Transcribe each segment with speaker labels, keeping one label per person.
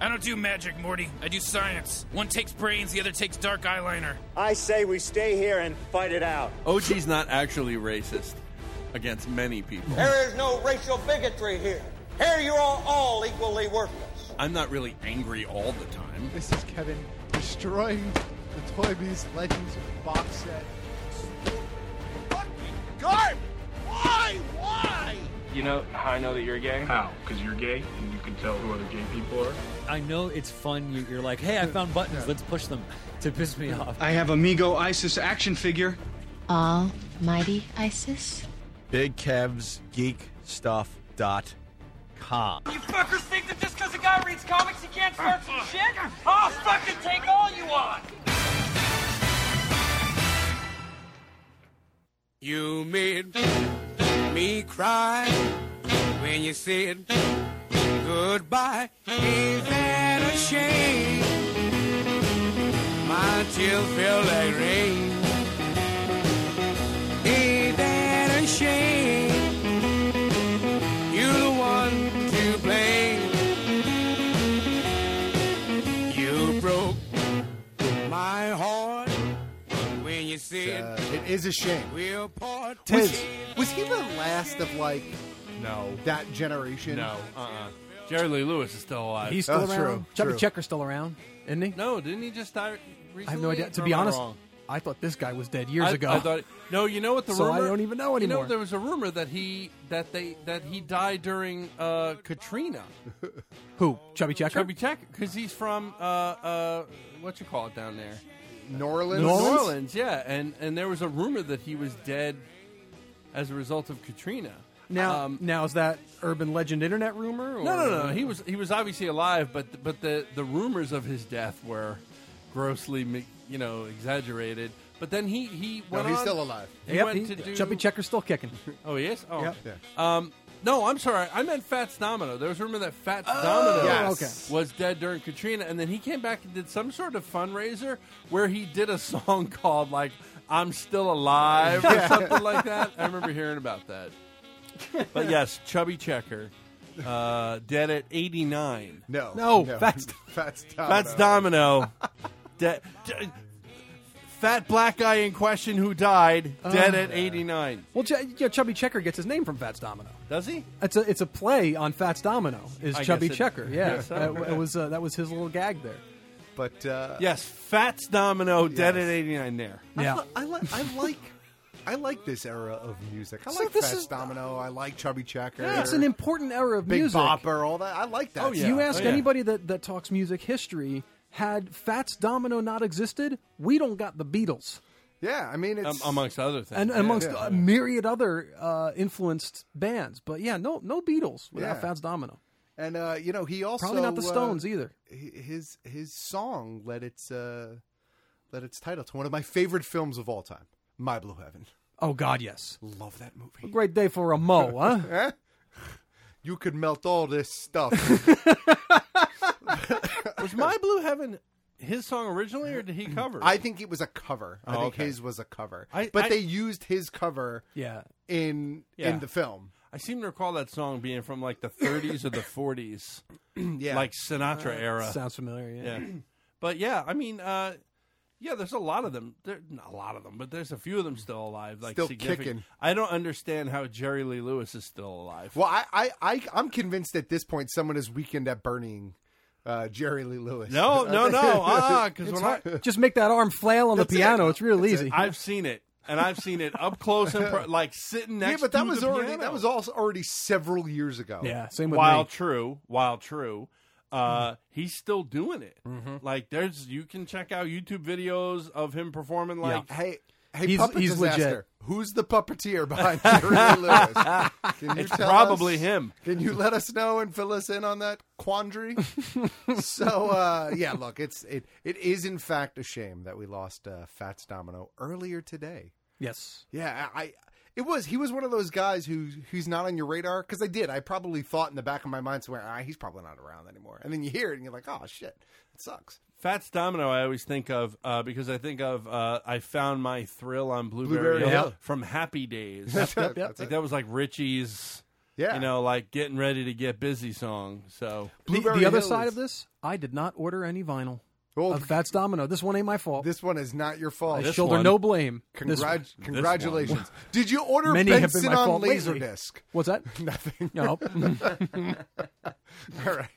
Speaker 1: I don't do magic, Morty. I do science. One takes brains, the other takes dark eyeliner.
Speaker 2: I say we stay here and fight it out.
Speaker 3: OG's not actually racist against many people.
Speaker 4: There is no racial bigotry here. Here you are all equally worthless.
Speaker 3: I'm not really angry all the time.
Speaker 5: This is Kevin destroying the Toy Biz Legends box set.
Speaker 6: Fucking garbage! Why? Why?
Speaker 7: You know how I know that you're gay?
Speaker 8: How? Because you're gay and you can tell who other gay people are?
Speaker 9: I know it's fun. You- You're like, hey, I found buttons. Let's push them to piss me off.
Speaker 10: I have Amigo ISIS action figure.
Speaker 11: Almighty ISIS?
Speaker 3: Big Kev's Geek Stuff dot com.
Speaker 6: You fuckers think that just because a guy reads comics he can't start some shit? I'll fucking take all you want!
Speaker 12: You made me cry when you said goodbye. Ain't that a shame? My tears fell like rain. Ain't that a shame? You're the one to blame. You broke my heart when you said
Speaker 13: Uh, it is a shame.
Speaker 12: we'll part.
Speaker 13: Was, was he the last of like
Speaker 3: No.
Speaker 13: that generation?
Speaker 3: No. Uh-uh. Jerry Lee Lewis is still alive.
Speaker 14: He's still
Speaker 13: Oh,
Speaker 14: around.
Speaker 13: true,
Speaker 14: Chubby
Speaker 13: true.
Speaker 14: Checker's still around, isn't he?
Speaker 3: No, didn't he just die recently?
Speaker 14: I have no idea. To
Speaker 3: Or
Speaker 14: be
Speaker 3: am I
Speaker 14: honest,
Speaker 3: wrong?
Speaker 14: I thought this guy was dead years
Speaker 3: I-
Speaker 14: ago.
Speaker 3: I thought it- no, you know what the
Speaker 14: So I
Speaker 3: rumor?
Speaker 14: don't even know
Speaker 3: You know,
Speaker 14: anymore.
Speaker 3: there was a rumor that he that they that he died during uh, Katrina.
Speaker 14: Who? Chubby Checker?
Speaker 3: Kirby Tech, because he's from uh, uh, what you call it down there,
Speaker 13: New Orleans.
Speaker 3: New Orleans, yeah. And and there was a rumor that he was dead as a result of Katrina.
Speaker 14: Now,
Speaker 3: Um,
Speaker 14: now is that urban legend internet rumor? Or?
Speaker 3: no, no, no. He was he was obviously alive, but but the the rumors of his death were grossly mi- you know exaggerated. But then he he
Speaker 13: No,
Speaker 3: went
Speaker 13: he's
Speaker 3: on-
Speaker 13: still alive.
Speaker 3: He
Speaker 14: Yep,
Speaker 3: went
Speaker 14: he-
Speaker 3: to do
Speaker 14: Chubby Checker's still kicking.
Speaker 3: Oh, he is. Oh,
Speaker 14: Yep.
Speaker 13: Yeah.
Speaker 3: Um, no, I'm sorry. I meant Fats Domino. There was a rumor that Fats
Speaker 14: Oh,
Speaker 3: Domino
Speaker 13: yes.
Speaker 3: was dead during Katrina, and then he came back and did some sort of fundraiser where he did a song called like "I'm Still Alive" or something like that. I remember hearing about that. But yes, Chubby Checker, uh, dead at 89.
Speaker 13: No.
Speaker 14: No, Fats-
Speaker 13: Fats Domino.
Speaker 3: Fats Domino, dead. d- Fat black guy in question who died
Speaker 14: Oh.
Speaker 3: dead at 89.
Speaker 14: Well, Ch- yeah, Chubby Checker gets his name from Fats Domino.
Speaker 3: Does he?
Speaker 14: It's a it's a play on Fats Domino. Is
Speaker 3: I
Speaker 14: Chubby
Speaker 3: guess it-
Speaker 14: Checker? Yeah,
Speaker 3: guess so.
Speaker 14: that, it was uh, that was his little gag there.
Speaker 13: But uh,
Speaker 3: Yes, Fats Domino, dead
Speaker 13: Yes.
Speaker 3: at 89 there.
Speaker 14: Yeah,
Speaker 13: I, li- I like. I like this era of music. I
Speaker 14: So
Speaker 13: like
Speaker 14: this
Speaker 13: Fats
Speaker 14: is-
Speaker 13: Domino. I like Chubby Checker.
Speaker 14: Yeah, it's an important era of
Speaker 13: Big
Speaker 14: music.
Speaker 13: Bopper. All that. I like that.
Speaker 3: Oh, yeah.
Speaker 14: You ask
Speaker 3: Oh, yeah.
Speaker 14: anybody that that talks music history. Had Fats Domino not existed, we don't got the Beatles,
Speaker 13: Yeah, I mean, it's
Speaker 3: Um, amongst other things.
Speaker 14: and
Speaker 3: yeah.
Speaker 14: amongst
Speaker 13: yeah.
Speaker 14: a myriad other uh, influenced bands. But yeah, no no Beatles without
Speaker 13: Yeah.
Speaker 14: Fats Domino.
Speaker 13: and uh, you know he also
Speaker 14: Probably not the
Speaker 13: uh,
Speaker 14: Stones either.
Speaker 13: hi- His his song led its uh, led its title to one of my favorite films of all time, My Blue Heaven.
Speaker 14: Oh God, yes.
Speaker 13: Love that movie.
Speaker 14: Great day for a mo, huh?
Speaker 13: You could melt all this stuff.
Speaker 3: was My Blue Heaven his song originally, or did he cover it?
Speaker 13: I think it was a cover. I
Speaker 3: Oh,
Speaker 13: think
Speaker 3: okay.
Speaker 13: his was a cover,
Speaker 3: I-
Speaker 13: but
Speaker 3: I-
Speaker 13: they used his cover
Speaker 14: yeah.
Speaker 13: in
Speaker 3: Yeah.
Speaker 13: in the film.
Speaker 3: I seem to recall that song being from like the 30s or the 40s,
Speaker 13: Yeah, Uh,
Speaker 3: like Sinatra era.
Speaker 14: Sounds familiar. Yeah.
Speaker 3: yeah. But yeah, I mean, uh, yeah, there's a lot of them. There, not a lot of them, but there's a few of them still alive. Like
Speaker 13: Still
Speaker 3: significant-
Speaker 13: kicking.
Speaker 3: I don't understand how Jerry Lee Lewis is still alive.
Speaker 13: Well, I, I, I, I'm convinced at this point someone is weakened at burning uh, Jerry Lee Lewis.
Speaker 3: no, no, no. Ah, because when I,
Speaker 14: Just make that arm flail on the piano. It's real easy.
Speaker 3: I've seen it, and I've seen it up close and pro- like sitting next.
Speaker 13: yeah, but that
Speaker 3: to
Speaker 13: was
Speaker 3: the
Speaker 13: already
Speaker 3: piano.
Speaker 13: that was also already several years ago.
Speaker 14: yeah. Same with
Speaker 3: while
Speaker 14: me.
Speaker 3: true, while true, uh, he's still
Speaker 13: Mm-hmm.
Speaker 3: doing it. Like there's, you can check out YouTube videos of him performing. Like
Speaker 13: Hey, Hey,
Speaker 14: he's,
Speaker 13: puppet
Speaker 14: he's
Speaker 13: disaster.
Speaker 14: legit.
Speaker 13: Who's the puppeteer behind Jerry Lewis? Can you
Speaker 3: It's
Speaker 13: tell
Speaker 3: probably
Speaker 13: us-
Speaker 3: him.
Speaker 13: Can you let us know and fill us in on that quandary? so uh, yeah, look, it's it it is in fact a shame that we lost uh, Fats Domino earlier today.
Speaker 14: Yes.
Speaker 13: Yeah, I. I- It was. He was one of those guys who who's not on your radar because I did. I probably thought in the back of my mind somewhere, ah, he's probably not around anymore. And then you hear it and you're like, oh shit, it sucks.
Speaker 3: Fats Domino, I always think of uh, because I think of uh, I found my thrill on Blueberry,
Speaker 13: Blueberry
Speaker 3: Hill
Speaker 13: Hill.
Speaker 3: from Happy Days.
Speaker 13: That's Yep, it, yep. that's
Speaker 3: Like
Speaker 13: it.
Speaker 3: that was like Richie's,
Speaker 13: yeah,
Speaker 3: you know, like getting ready to get busy song. So
Speaker 14: The- the, other side of this, I did not order any vinyl of Fats Domino. This one ain't my fault.
Speaker 13: Oh, This one is not your fault.
Speaker 14: I
Speaker 13: This
Speaker 14: shoulder
Speaker 13: one-
Speaker 14: no blame. This
Speaker 13: Congrat-
Speaker 14: one.
Speaker 13: congratulations. Did you order
Speaker 14: Many have been
Speaker 13: Benson
Speaker 14: my
Speaker 13: on
Speaker 14: fault lately.
Speaker 13: Laserdisc?
Speaker 14: What's that?
Speaker 13: Nothing.
Speaker 14: No.
Speaker 13: All right.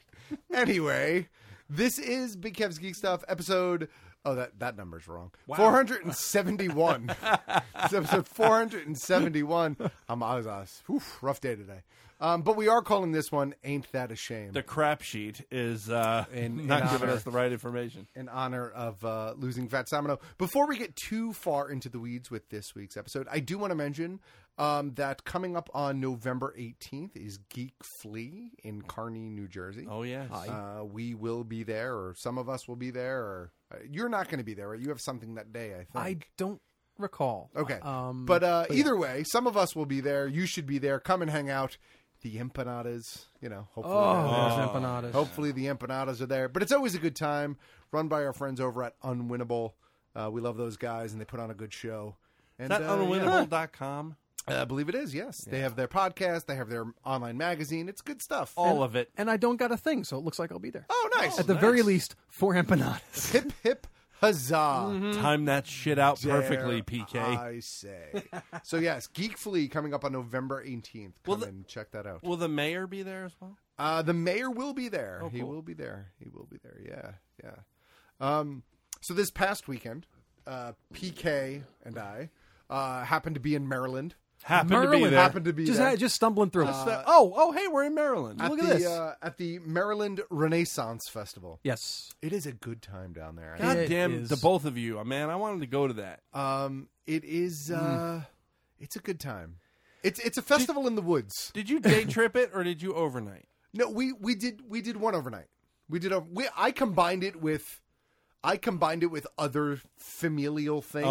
Speaker 13: Anyway, this is Big Kev's Geek Stuff episode. Oh, that that number's wrong.
Speaker 15: Wow.
Speaker 13: 471. it's episode 471. I'm, I was, I was- oof, rough day today. Um, but we are calling this one Ain't That a Shame?
Speaker 3: the crap sheet is uh,
Speaker 13: in
Speaker 3: not giving
Speaker 13: honor.
Speaker 3: us the right information.
Speaker 13: in honor of uh, losing Fats Domino. Before we get too far into the weeds with this week's episode, I do want to mention um, that coming up on November 18th is Geek Flea in Kearney, New Jersey.
Speaker 3: Oh, yes. Hi.
Speaker 13: Uh, we will be there, or some of us will be there. Or uh, You're not going to be there, right? You have something that day, I think.
Speaker 14: I don't recall.
Speaker 13: Okay.
Speaker 14: Um,
Speaker 13: but uh,
Speaker 14: yeah.
Speaker 13: either way, some of us will be there. You should be there. Come and hang out. The empanadas, you know, hopefully. uh,
Speaker 14: Oh,
Speaker 13: they're
Speaker 14: there's empanadas.
Speaker 13: Hopefully the empanadas are there. But it's always a good time run by our friends over at Unwinnable. Uh, we love those guys, and they put on a good show. And,
Speaker 3: Is that
Speaker 13: uh, yeah.
Speaker 3: unwinnable.com?
Speaker 13: Uh, I believe it is, yes. They have their podcast. They have their online magazine. It's good stuff.
Speaker 14: And- And I don't got a thing, so it looks like I'll be there.
Speaker 13: Oh, nice.
Speaker 14: At the very least, four empanadas.
Speaker 13: Hip, hip, huzzah. Mm.
Speaker 3: Time that shit out
Speaker 13: Dare
Speaker 3: perfectly, PK.
Speaker 13: I say. so, yes, Geek Flea coming up on November 18th. Come and check that out.
Speaker 3: Will the mayor be there as well?
Speaker 13: Uh, the mayor will be there.
Speaker 3: Oh,
Speaker 13: He
Speaker 3: cool.
Speaker 13: will be there. He will be there. Yeah, yeah. Um, so this past weekend, uh, PK and I uh, happened to be in Maryland.
Speaker 3: Happened to be Maryland. there.
Speaker 13: Happened to be
Speaker 14: Just-
Speaker 13: there.
Speaker 14: just stumbling through.
Speaker 13: Uh,
Speaker 3: Uh, oh, oh, hey, we're in Maryland.
Speaker 13: at
Speaker 3: Look
Speaker 13: the,
Speaker 3: at this.
Speaker 13: Uh, at the Maryland Renaissance Festival.
Speaker 14: Yes,
Speaker 13: it is a good time down there.
Speaker 3: God
Speaker 13: It
Speaker 3: damn
Speaker 13: is-
Speaker 3: the both of you, man! I wanted to go to that.
Speaker 13: Um, it is. Uh, It's a good time. It's it's a festival in the woods.
Speaker 3: Did you day trip it or did you overnight?
Speaker 13: No, we we did we did one overnight. We did a we I combined it with I combined it with other familial things.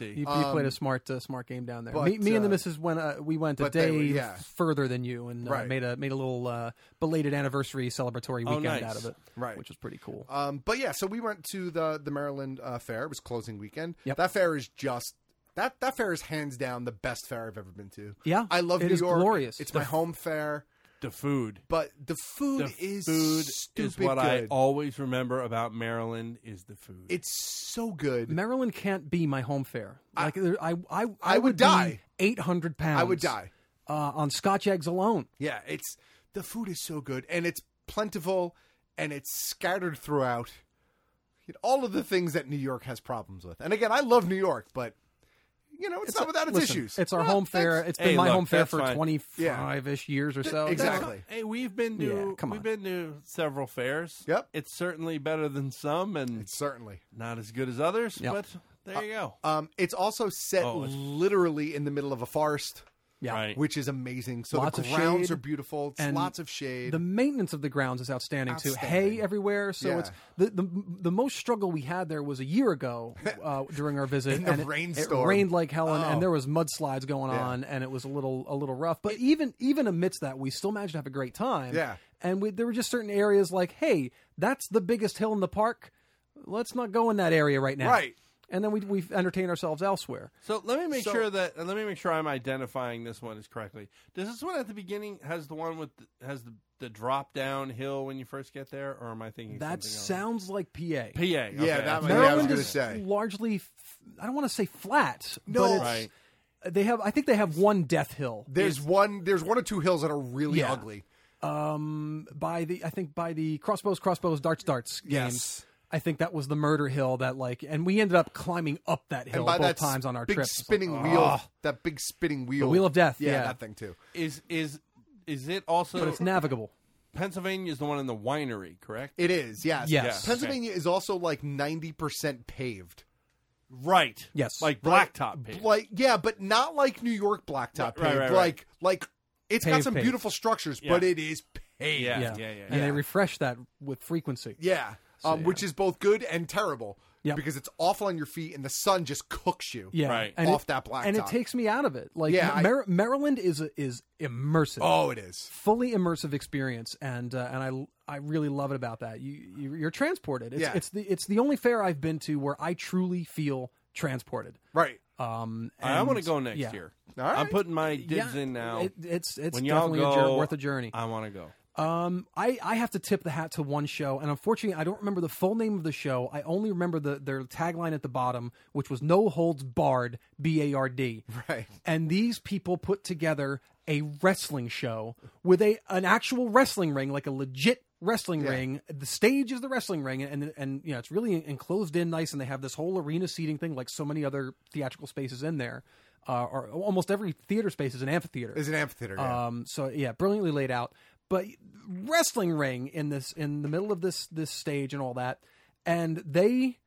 Speaker 14: You, you
Speaker 13: Um,
Speaker 14: played a smart, uh, smart game down there.
Speaker 13: but,
Speaker 14: me, me and the
Speaker 13: uh,
Speaker 14: missus went. Uh, we went a
Speaker 13: but they
Speaker 14: day
Speaker 13: were- yeah.
Speaker 14: further than you, and uh,
Speaker 13: Right.
Speaker 14: made a made a little uh, belated anniversary celebratory
Speaker 13: Oh, nice.
Speaker 14: weekend out of it.
Speaker 13: Right.
Speaker 14: which was pretty cool.
Speaker 13: Um, but yeah, so we went to the the Maryland uh, fair. It was closing weekend. That fair is just that that fair is hands down the best fair I've ever been to.
Speaker 14: Yeah,
Speaker 13: I love
Speaker 14: it
Speaker 13: New
Speaker 14: is
Speaker 13: York.
Speaker 14: glorious.
Speaker 13: It's
Speaker 14: The
Speaker 13: my home fair.
Speaker 3: The food.
Speaker 13: But the food
Speaker 3: The
Speaker 13: is
Speaker 3: food
Speaker 13: stupid
Speaker 3: is what I
Speaker 13: good.
Speaker 3: always remember about Maryland is the food.
Speaker 13: It's so good.
Speaker 14: Maryland can't be my home fair. Like there- I, I, I,
Speaker 13: would die.
Speaker 14: Eight hundred pounds.
Speaker 13: I would die.
Speaker 14: uh, on Scotch eggs alone.
Speaker 13: Yeah, it's the food is so good and it's plentiful and it's scattered throughout. You know, All of the things that New York has problems with. And again, I love New York, but you know, it's, not without its
Speaker 14: Listen,
Speaker 13: issues.
Speaker 14: It's our
Speaker 13: Yeah,
Speaker 14: home fair.
Speaker 13: thanks.
Speaker 14: It's been my home fair for twenty five ish years or so.
Speaker 13: Exactly.
Speaker 3: Hey, we've been to
Speaker 14: Yeah, come
Speaker 3: we've been to several fairs. Yep. It's certainly better than some and it's
Speaker 13: certainly
Speaker 3: not as good as others,
Speaker 13: Yep.
Speaker 3: but there you go.
Speaker 13: Um, it's also set
Speaker 3: Oh, it's-
Speaker 13: literally in the middle of a forest.
Speaker 14: Yeah. Right.
Speaker 13: Which is amazing. So
Speaker 14: Lots
Speaker 13: the
Speaker 14: of
Speaker 13: grounds
Speaker 14: shade
Speaker 13: are beautiful. It's
Speaker 14: and
Speaker 13: lots of shade.
Speaker 14: The maintenance of the grounds is outstanding, too. Hay everywhere, so
Speaker 13: Yeah.
Speaker 14: it's the, the the most struggle we had there was a year ago uh, during our visit.
Speaker 13: In the
Speaker 14: and it- it,
Speaker 13: rainstorm.
Speaker 14: rained like hell, and,
Speaker 13: Oh.
Speaker 14: and there was mudslides going
Speaker 13: Yeah.
Speaker 14: on, and it was a little a little rough. But even even amidst that, we still managed to have a great time.
Speaker 13: Yeah.
Speaker 14: and we, there were just certain areas like, hey, that's the biggest hill in the park. Let's not go in that area right now.
Speaker 3: Right.
Speaker 14: And then we we entertain ourselves elsewhere.
Speaker 3: So let me make
Speaker 14: So-
Speaker 3: sure that and let me make sure I'm identifying this one as correctly. Does this one at the beginning has the one with the, has the, the drop down hill when you first get there, or am I thinking
Speaker 14: That
Speaker 3: something else?
Speaker 14: sounds like PA. Yeah,
Speaker 3: okay. that was- yeah, I was
Speaker 14: Maryland
Speaker 3: gonna
Speaker 14: is
Speaker 3: say.
Speaker 14: largely. f- I don't want to say flat.
Speaker 13: No.
Speaker 14: but it's,
Speaker 13: Right.
Speaker 14: they have. I think they have one death hill.
Speaker 13: there's
Speaker 14: It's-
Speaker 13: one there's one or two hills that are really
Speaker 14: Yeah.
Speaker 13: ugly.
Speaker 14: um by the I think by the crossbows crossbows darts darts games.
Speaker 13: Yes.
Speaker 14: I think that was the murder hill that like, and we ended up climbing up that hill
Speaker 13: and by
Speaker 14: both
Speaker 13: that
Speaker 14: times on our
Speaker 13: big
Speaker 14: trip. It's like,
Speaker 13: spinning wheel,
Speaker 14: "Ugh."
Speaker 13: that big spinning wheel,
Speaker 14: wheel of death,
Speaker 13: Yeah,
Speaker 14: yeah.
Speaker 13: that thing too.
Speaker 3: Is is is it also
Speaker 14: But it's navigable.
Speaker 3: Pennsylvania is the one in the winery, correct?
Speaker 13: It is, yes.
Speaker 3: Yes. Yeah, okay.
Speaker 13: Pennsylvania is also like ninety percent paved.
Speaker 3: Right.
Speaker 14: Yes.
Speaker 3: Like blacktop paved.
Speaker 13: Like yeah, but not like New York blacktop
Speaker 3: Right, right,
Speaker 13: paved.
Speaker 3: right, right.
Speaker 13: Like like it's got
Speaker 14: Paved,
Speaker 13: some
Speaker 14: paved.
Speaker 13: beautiful structures, but
Speaker 14: Yeah.
Speaker 13: it is paved.
Speaker 14: And they refresh that with frequency.
Speaker 13: Yeah.
Speaker 14: So,
Speaker 13: um,
Speaker 14: yeah.
Speaker 13: which is both good and terrible.
Speaker 14: Yeah.
Speaker 13: because it's awful on your feet and the sun just cooks you.
Speaker 14: Yeah, And
Speaker 13: off
Speaker 14: it-
Speaker 13: that blacktop.
Speaker 14: and it takes me out of it. Like,
Speaker 13: Yeah, I-
Speaker 14: Mar- Maryland is is immersive.
Speaker 13: Oh, it is.
Speaker 14: fully immersive experience, and uh, and I I really love it about that. You, you you're transported. It's,
Speaker 13: Yeah.
Speaker 14: it's the it's the only fair I've been to where I truly feel transported.
Speaker 13: Right.
Speaker 14: Um,
Speaker 3: I
Speaker 14: and-
Speaker 3: want to go next
Speaker 14: yeah.
Speaker 3: year. I'm putting my dibs in now.
Speaker 14: It- it's it's
Speaker 3: When y'all
Speaker 14: definitely a
Speaker 3: go,
Speaker 14: jour- worth a journey.
Speaker 3: I want to go.
Speaker 14: Um, I, I have to tip the hat to one show, and unfortunately, I don't remember the full name of the show. I only remember the their tagline at the bottom, which was "No holds barred," B A R D.
Speaker 13: Right.
Speaker 14: And these people put together a wrestling show with a an actual wrestling ring, like a legit wrestling ring. The stage is the wrestling ring, and and you know it's really enclosed in nice, and they have this whole arena seating thing, like so many other theatrical spaces in there. Uh, or almost every theater space is an amphitheater.
Speaker 13: Is an amphitheater, yeah.
Speaker 14: Um, so yeah, brilliantly laid out. But wrestling ring in this in the middle of this this stage and all that, and they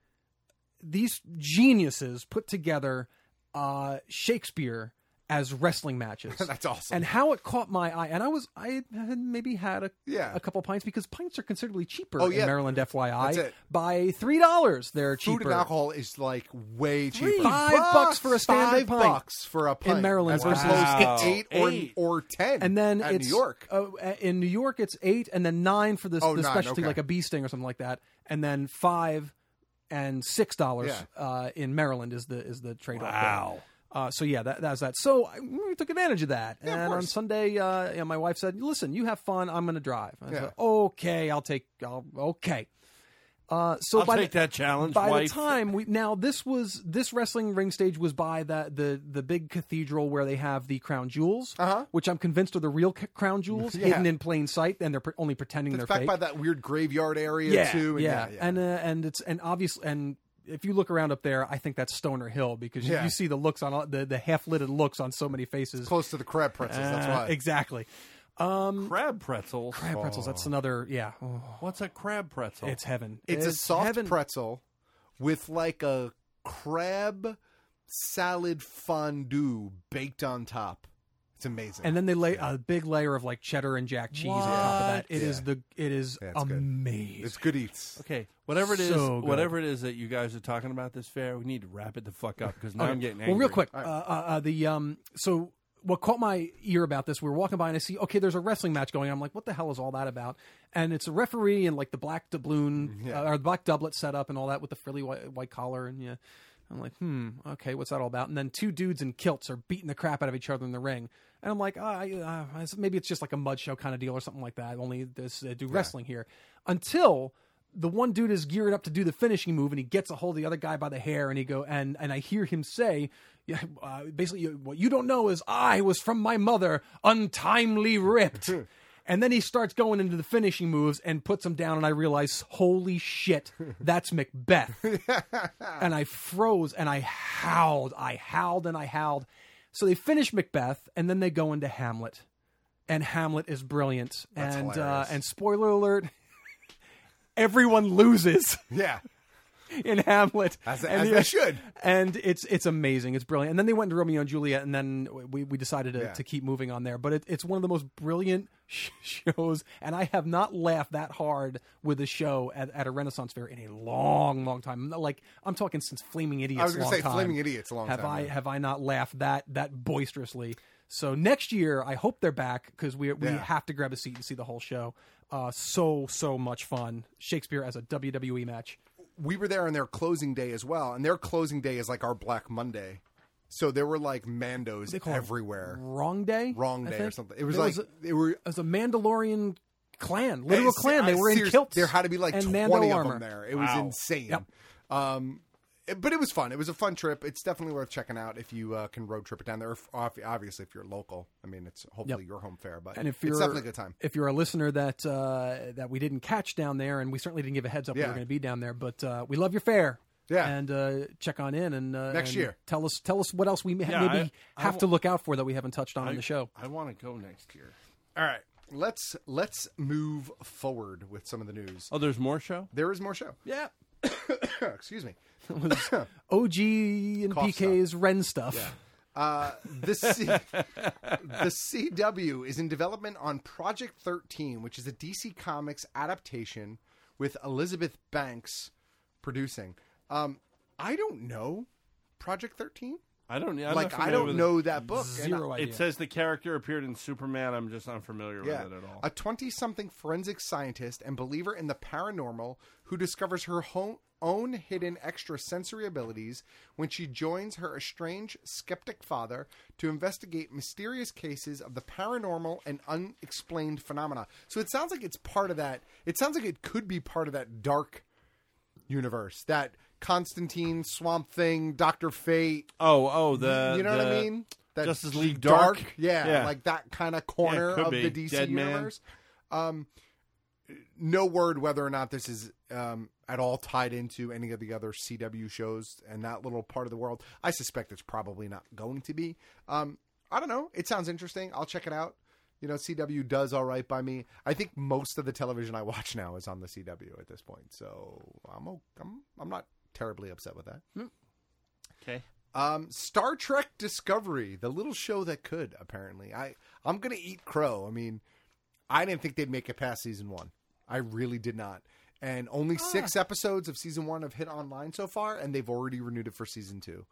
Speaker 14: these geniuses put together uh, Shakespeare as wrestling matches.
Speaker 13: That's awesome.
Speaker 14: And how it caught my eye, and I was I had maybe had a
Speaker 13: Yeah.
Speaker 14: a couple pints because pints are considerably cheaper
Speaker 13: Oh, yeah.
Speaker 14: in Maryland, FYI,
Speaker 13: That's it.
Speaker 14: by three dollars. They're
Speaker 13: Food
Speaker 14: cheaper.
Speaker 13: and alcohol is like way cheaper.
Speaker 14: Five bucks for a standard
Speaker 13: Five
Speaker 14: pint.
Speaker 13: bucks for a pint
Speaker 14: in Maryland,
Speaker 13: as opposed
Speaker 14: Wow.
Speaker 13: to eight,
Speaker 14: Eight.
Speaker 13: or or ten.
Speaker 14: and then
Speaker 13: at
Speaker 14: it's
Speaker 13: New York.
Speaker 14: oh, uh, in New York, it's eight, and then nine for this
Speaker 13: Oh,
Speaker 14: the
Speaker 13: nine,
Speaker 14: specialty,
Speaker 13: okay.
Speaker 14: like a bee sting or something like that, and then five and six dollars
Speaker 13: Yeah.
Speaker 14: uh, in Maryland is the is the trade off.
Speaker 3: Wow.
Speaker 14: Uh, so yeah, that, that was that. So I we took advantage of that,
Speaker 13: of
Speaker 14: and on
Speaker 13: course.
Speaker 14: Sunday, uh, yeah, my wife said, "Listen, you have fun. I'm going to drive." I
Speaker 13: Yeah.
Speaker 14: said, "Okay, I'll take. I'll, okay." Uh, so
Speaker 3: I'll
Speaker 14: by
Speaker 3: take
Speaker 14: the,
Speaker 3: that challenge,
Speaker 14: By
Speaker 3: wife.
Speaker 14: the time we now this was this wrestling ring stage was by that the the big cathedral where they have the crown jewels, uh-huh. which I'm convinced are the real c- crown jewels
Speaker 13: Yeah.
Speaker 14: hidden in plain sight, and they're pre- only pretending
Speaker 13: It's
Speaker 14: they're
Speaker 13: back
Speaker 14: fake.
Speaker 13: by that weird graveyard area
Speaker 14: yeah,
Speaker 13: too. And
Speaker 14: yeah,
Speaker 13: yeah,
Speaker 14: and uh, and it's and obviously and. If you look around up there, I think that's Stoner Hill because you,
Speaker 13: Yeah.
Speaker 14: you see the looks on all- the the half lidded looks on so many faces.
Speaker 13: close to the crab pretzels. that's
Speaker 14: Uh,
Speaker 13: why.
Speaker 14: exactly. Um,
Speaker 3: crab pretzels.
Speaker 14: Crab pretzels. That's another. Yeah. Oh,
Speaker 3: What's a crab pretzel?
Speaker 14: It's heaven.
Speaker 13: It's, a
Speaker 14: It's
Speaker 13: soft
Speaker 14: heaven.
Speaker 13: pretzel with like a crab salad fondue baked on top. It's amazing.
Speaker 14: And then they lay a big layer of like cheddar and jack cheese on top of that.
Speaker 3: What?
Speaker 14: It is
Speaker 3: Yeah.
Speaker 14: the it is amazing.
Speaker 13: it's good eats.
Speaker 3: Okay, whatever it is,
Speaker 14: So good.
Speaker 3: whatever it is that you guys are talking about this fair, we need to wrap it the fuck up because now
Speaker 14: Okay.
Speaker 3: I'm getting angry.
Speaker 14: well, real quick. Uh, uh, uh, the um, so what caught my ear about this? We were walking by and I see okay, there's a wrestling match going. on. I'm like, what the hell is all that about? And it's a referee and like the black doubloon
Speaker 3: Mm-hmm.
Speaker 14: uh, or the black doublet set up and all that with the frilly white, white collar and yeah. I'm like, hmm, okay, what's that all about? And then two dudes in kilts are beating the crap out of each other in the ring, and I'm like, ah, I- uh, maybe it's just like a mud show kind of deal or something like that. Only this they do wrestling here, until the one dude is geared up to do the finishing move and he gets a hold of the other guy by the hair and he go and and I hear him say yeah, uh, basically you- what you don't know is I was from my mother untimely ripped and then he starts going into the finishing moves and puts him down and I realize holy shit that's Macbeth and I froze and I howled I howled and I howled so they finish Macbeth and then they go into Hamlet and Hamlet is brilliant
Speaker 13: That's
Speaker 14: and uh,
Speaker 13: hilarious.
Speaker 14: and spoiler alert everyone loses
Speaker 13: Yeah.
Speaker 14: in Hamlet.
Speaker 13: As- as they should.
Speaker 14: And it's it's amazing. It's brilliant. And then they went to Romeo and Juliet, and then we, we decided to,
Speaker 13: Yeah.
Speaker 14: to keep moving on there. But it, it's one of the most brilliant sh- shows, and I have not laughed that hard with a show at, at a Renaissance fair in a long, long time. Like I'm talking since Flaming Idiots.
Speaker 13: I was gonna
Speaker 14: long
Speaker 13: say
Speaker 14: time.
Speaker 13: Flaming Idiot's a long
Speaker 14: have
Speaker 13: time,
Speaker 14: I
Speaker 13: yeah.
Speaker 14: have I not laughed that that boisterously? So next year, I hope they're back because we we
Speaker 13: Yeah.
Speaker 14: have to grab a seat and see the whole show. Uh, so so much fun. Shakespeare as a WWE match.
Speaker 13: we were there on their closing day as well, and their closing day is like our Black Monday. So there were like Mandos
Speaker 14: they call it
Speaker 13: everywhere.
Speaker 14: Wrong day,
Speaker 13: Wrong
Speaker 14: I
Speaker 13: day or
Speaker 14: think?
Speaker 13: something. It was
Speaker 14: There
Speaker 13: like
Speaker 14: a-
Speaker 13: they were
Speaker 14: it was a Mandalorian clan, literal
Speaker 13: I-
Speaker 14: clan. They
Speaker 13: I-
Speaker 14: were in
Speaker 13: serious-
Speaker 14: kilts.
Speaker 13: There had to be like
Speaker 14: and
Speaker 13: twenty
Speaker 14: Mando
Speaker 13: of
Speaker 14: armor.
Speaker 13: them there. It was insane.
Speaker 14: Yep.
Speaker 13: Um, it- but it was fun. It was a fun trip. It's definitely worth checking out if you uh, can road trip it down there. If, ob- obviously, if you're local, I mean, it's hopefully your home fair, but
Speaker 14: And if you're
Speaker 13: it's definitely a good time.
Speaker 14: if you're a listener that uh, that we didn't catch down there, and we certainly didn't give a heads up we
Speaker 13: Yeah.
Speaker 14: were going to be down there, but uh, we love your fair.
Speaker 13: Yeah.
Speaker 14: and uh, check on in and uh,
Speaker 13: Next
Speaker 14: and
Speaker 13: year.
Speaker 14: Tell us tell us what else we may,
Speaker 3: Yeah,
Speaker 14: maybe
Speaker 3: I- I
Speaker 14: have to
Speaker 3: wa-
Speaker 14: look out for that we haven't touched on in the show.
Speaker 3: I want to go next year.
Speaker 13: All right, let's let's move forward with some of the news.
Speaker 14: Oh.
Speaker 3: Oh, there's more show.
Speaker 13: There is more show. Oh,
Speaker 14: Yeah.
Speaker 13: Excuse me.
Speaker 14: was OG and
Speaker 13: Cough
Speaker 14: PK's Ren stuff.
Speaker 13: Uh, the, C- the CW is in development on Project 13, which is a DC Comics adaptation with Elizabeth Banks producing. Um, I don't know Project 13.
Speaker 3: I don't. I'm
Speaker 13: like.
Speaker 3: not
Speaker 13: I
Speaker 3: familiar
Speaker 13: don't
Speaker 3: with
Speaker 13: know
Speaker 3: it.
Speaker 13: that book. and I-
Speaker 3: It says the character appeared in Superman. I'm just unfamiliar with it at all.
Speaker 13: A 20 something forensic scientist and believer in the paranormal who discovers her home, own hidden extrasensory abilities when she joins her estranged skeptic father to investigate mysterious cases of the paranormal and unexplained phenomena. So it sounds like it's part of that. It sounds like it could be part of that dark universe, that Constantine, Swamp Thing, Doctor Fate.
Speaker 3: Oh, oh, the
Speaker 13: you know what
Speaker 3: the
Speaker 13: I mean?
Speaker 3: Justice League Dark,
Speaker 13: yeah, like that kind of corner
Speaker 3: Yeah, could
Speaker 13: of
Speaker 3: be.
Speaker 13: the DC
Speaker 3: Dead Man.
Speaker 13: universe. Um, no word whether or not this is um, at all tied into any of the other CW shows and that little part of the world. I suspect it's probably not going to be. Um, I don't know. It sounds interesting. I'll check it out. You know, CW does all right by me. I think most of the television I watch now is on the CW at this point, so I'm o- I'm I'm not terribly upset with that.
Speaker 3: Okay.
Speaker 13: Um, Star Trek Discovery, the little show that could. Apparently, I I'm gonna eat crow. I mean, I didn't think they'd make it past season one. I really did not. And only
Speaker 3: Ah.
Speaker 13: six episodes of season one have hit online so far, and they've already renewed it for season two.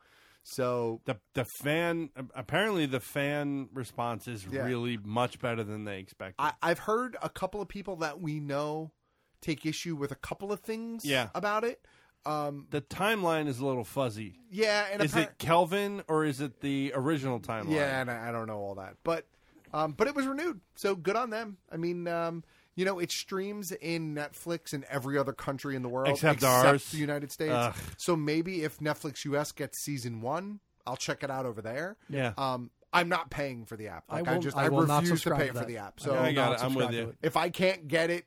Speaker 13: So
Speaker 3: the the fan apparently the fan response is
Speaker 13: Yeah.
Speaker 3: really much better than they expected.
Speaker 13: I, I've heard a couple of people that we know take issue with a couple of things
Speaker 3: Yeah.
Speaker 13: about it. Um,
Speaker 3: the timeline is a little fuzzy.
Speaker 13: Yeah, and
Speaker 3: is
Speaker 13: appar-
Speaker 3: it Kelvin or is it the original timeline?
Speaker 13: Yeah, and I, I don't know all that, but um, but it was renewed, so good on them. I mean, um, you know, it streams in Netflix in every other country in the world
Speaker 3: Except ours.
Speaker 13: the United States.
Speaker 3: Ugh.
Speaker 13: So maybe if Netflix US gets season one, I'll check it out over there.
Speaker 3: Yeah.
Speaker 13: Um, I'm not paying for the app.
Speaker 14: I
Speaker 13: Like I,
Speaker 14: will-
Speaker 13: just
Speaker 14: I
Speaker 13: I,
Speaker 14: will not
Speaker 13: refuse to
Speaker 14: subscribe
Speaker 13: pay
Speaker 14: to
Speaker 13: for
Speaker 14: that.
Speaker 13: the app.
Speaker 14: I
Speaker 13: So
Speaker 14: will I got not it. I'm with subscribe you. to it.
Speaker 13: If I can't get it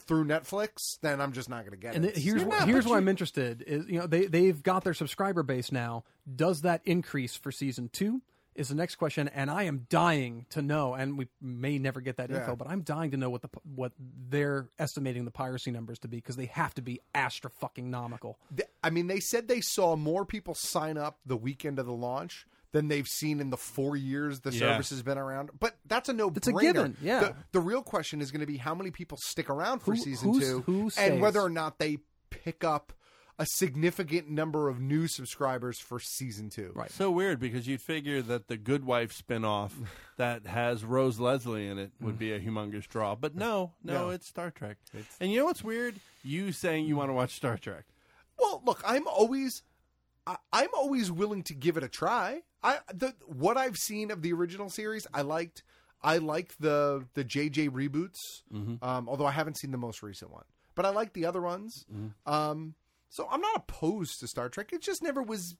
Speaker 13: through Netflix, then I'm just not going to get
Speaker 14: And
Speaker 13: it.
Speaker 14: th- here's
Speaker 13: So-
Speaker 14: wh-
Speaker 13: Yeah,
Speaker 14: here's
Speaker 13: but
Speaker 14: why
Speaker 13: you-
Speaker 14: I'm interested is you know they they've got their subscriber base now. Does that increase for season two? Is the next question, and I am dying to know. And we may never get that
Speaker 13: Yeah.
Speaker 14: info, but I'm dying to know what the p- what they're estimating the piracy numbers to be because they have to be astro fucking nomical.
Speaker 13: Th- I mean, they said they saw more people sign up the weekend of the launch than they've seen in the four years the
Speaker 14: Yeah.
Speaker 13: service has been around. But that's a no.
Speaker 14: It's a given, yeah.
Speaker 13: The, the real question is going to be how many people stick around for
Speaker 14: Who-
Speaker 13: season
Speaker 14: who's-
Speaker 13: two,
Speaker 14: who
Speaker 13: and
Speaker 14: stays?
Speaker 13: whether or not they pick up a significant number of new subscribers for season two. Right.
Speaker 3: So weird because you'd figure that the Good Wife spinoff that has Rose Leslie in it would be a humongous draw, but no, no,
Speaker 13: No.
Speaker 3: it's Star Trek. and you know what's weird? You saying you want to watch Star Trek.
Speaker 13: Well, look, I'm always, I, I'm always willing to give it a try. I the what I've seen of the original series, I liked. I like the the JJ reboots,
Speaker 3: Mm-hmm.
Speaker 13: um, although I haven't seen the most recent one. But I like the other ones.
Speaker 3: Mm-hmm.
Speaker 13: Um, so I'm not opposed to Star Trek. It just never was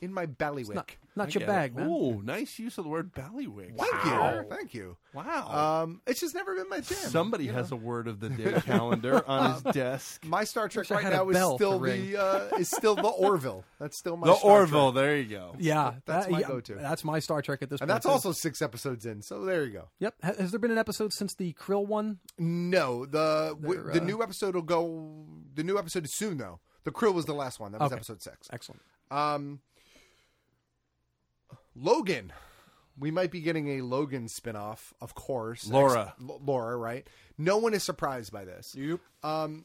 Speaker 13: in my ballywick.
Speaker 14: not- not I your get it. bag, man.
Speaker 3: Oh, nice use of the word ballywick.
Speaker 13: Thank
Speaker 3: Wow.
Speaker 13: you. Thank you.
Speaker 3: Wow.
Speaker 13: Um, it's just never been my jam.
Speaker 3: Somebody
Speaker 13: you
Speaker 3: has
Speaker 13: know?
Speaker 3: a word of the day calendar on his
Speaker 13: Um,
Speaker 3: desk.
Speaker 13: My Star Trek
Speaker 14: I
Speaker 13: right
Speaker 14: had a
Speaker 13: now is
Speaker 14: bell
Speaker 13: still
Speaker 14: to ring.
Speaker 13: the uh, is still the Orville. That's still my
Speaker 3: The
Speaker 13: Star
Speaker 3: Orville,
Speaker 13: Trek.
Speaker 3: there you go.
Speaker 14: Yeah,
Speaker 13: that's
Speaker 14: that-
Speaker 13: my
Speaker 14: yeah,
Speaker 13: go-to.
Speaker 14: That's my Star Trek at this
Speaker 13: and
Speaker 14: point.
Speaker 13: that's
Speaker 14: too.
Speaker 13: also six episodes in. So there you go.
Speaker 14: yep. Ha- Has there been an episode since the Krill one?
Speaker 13: No, the w-
Speaker 14: They're,
Speaker 13: the
Speaker 14: uh,
Speaker 13: new episode will go. The new episode is soon though. The crew was the last one. That was
Speaker 14: Okay.
Speaker 13: episode six.
Speaker 14: Excellent.
Speaker 13: Um, Logan. We might be getting a Logan spinoff, of course.
Speaker 3: Laura.
Speaker 13: Ex- L- Laura, right? No one is surprised by this.
Speaker 3: Yep.
Speaker 13: Um,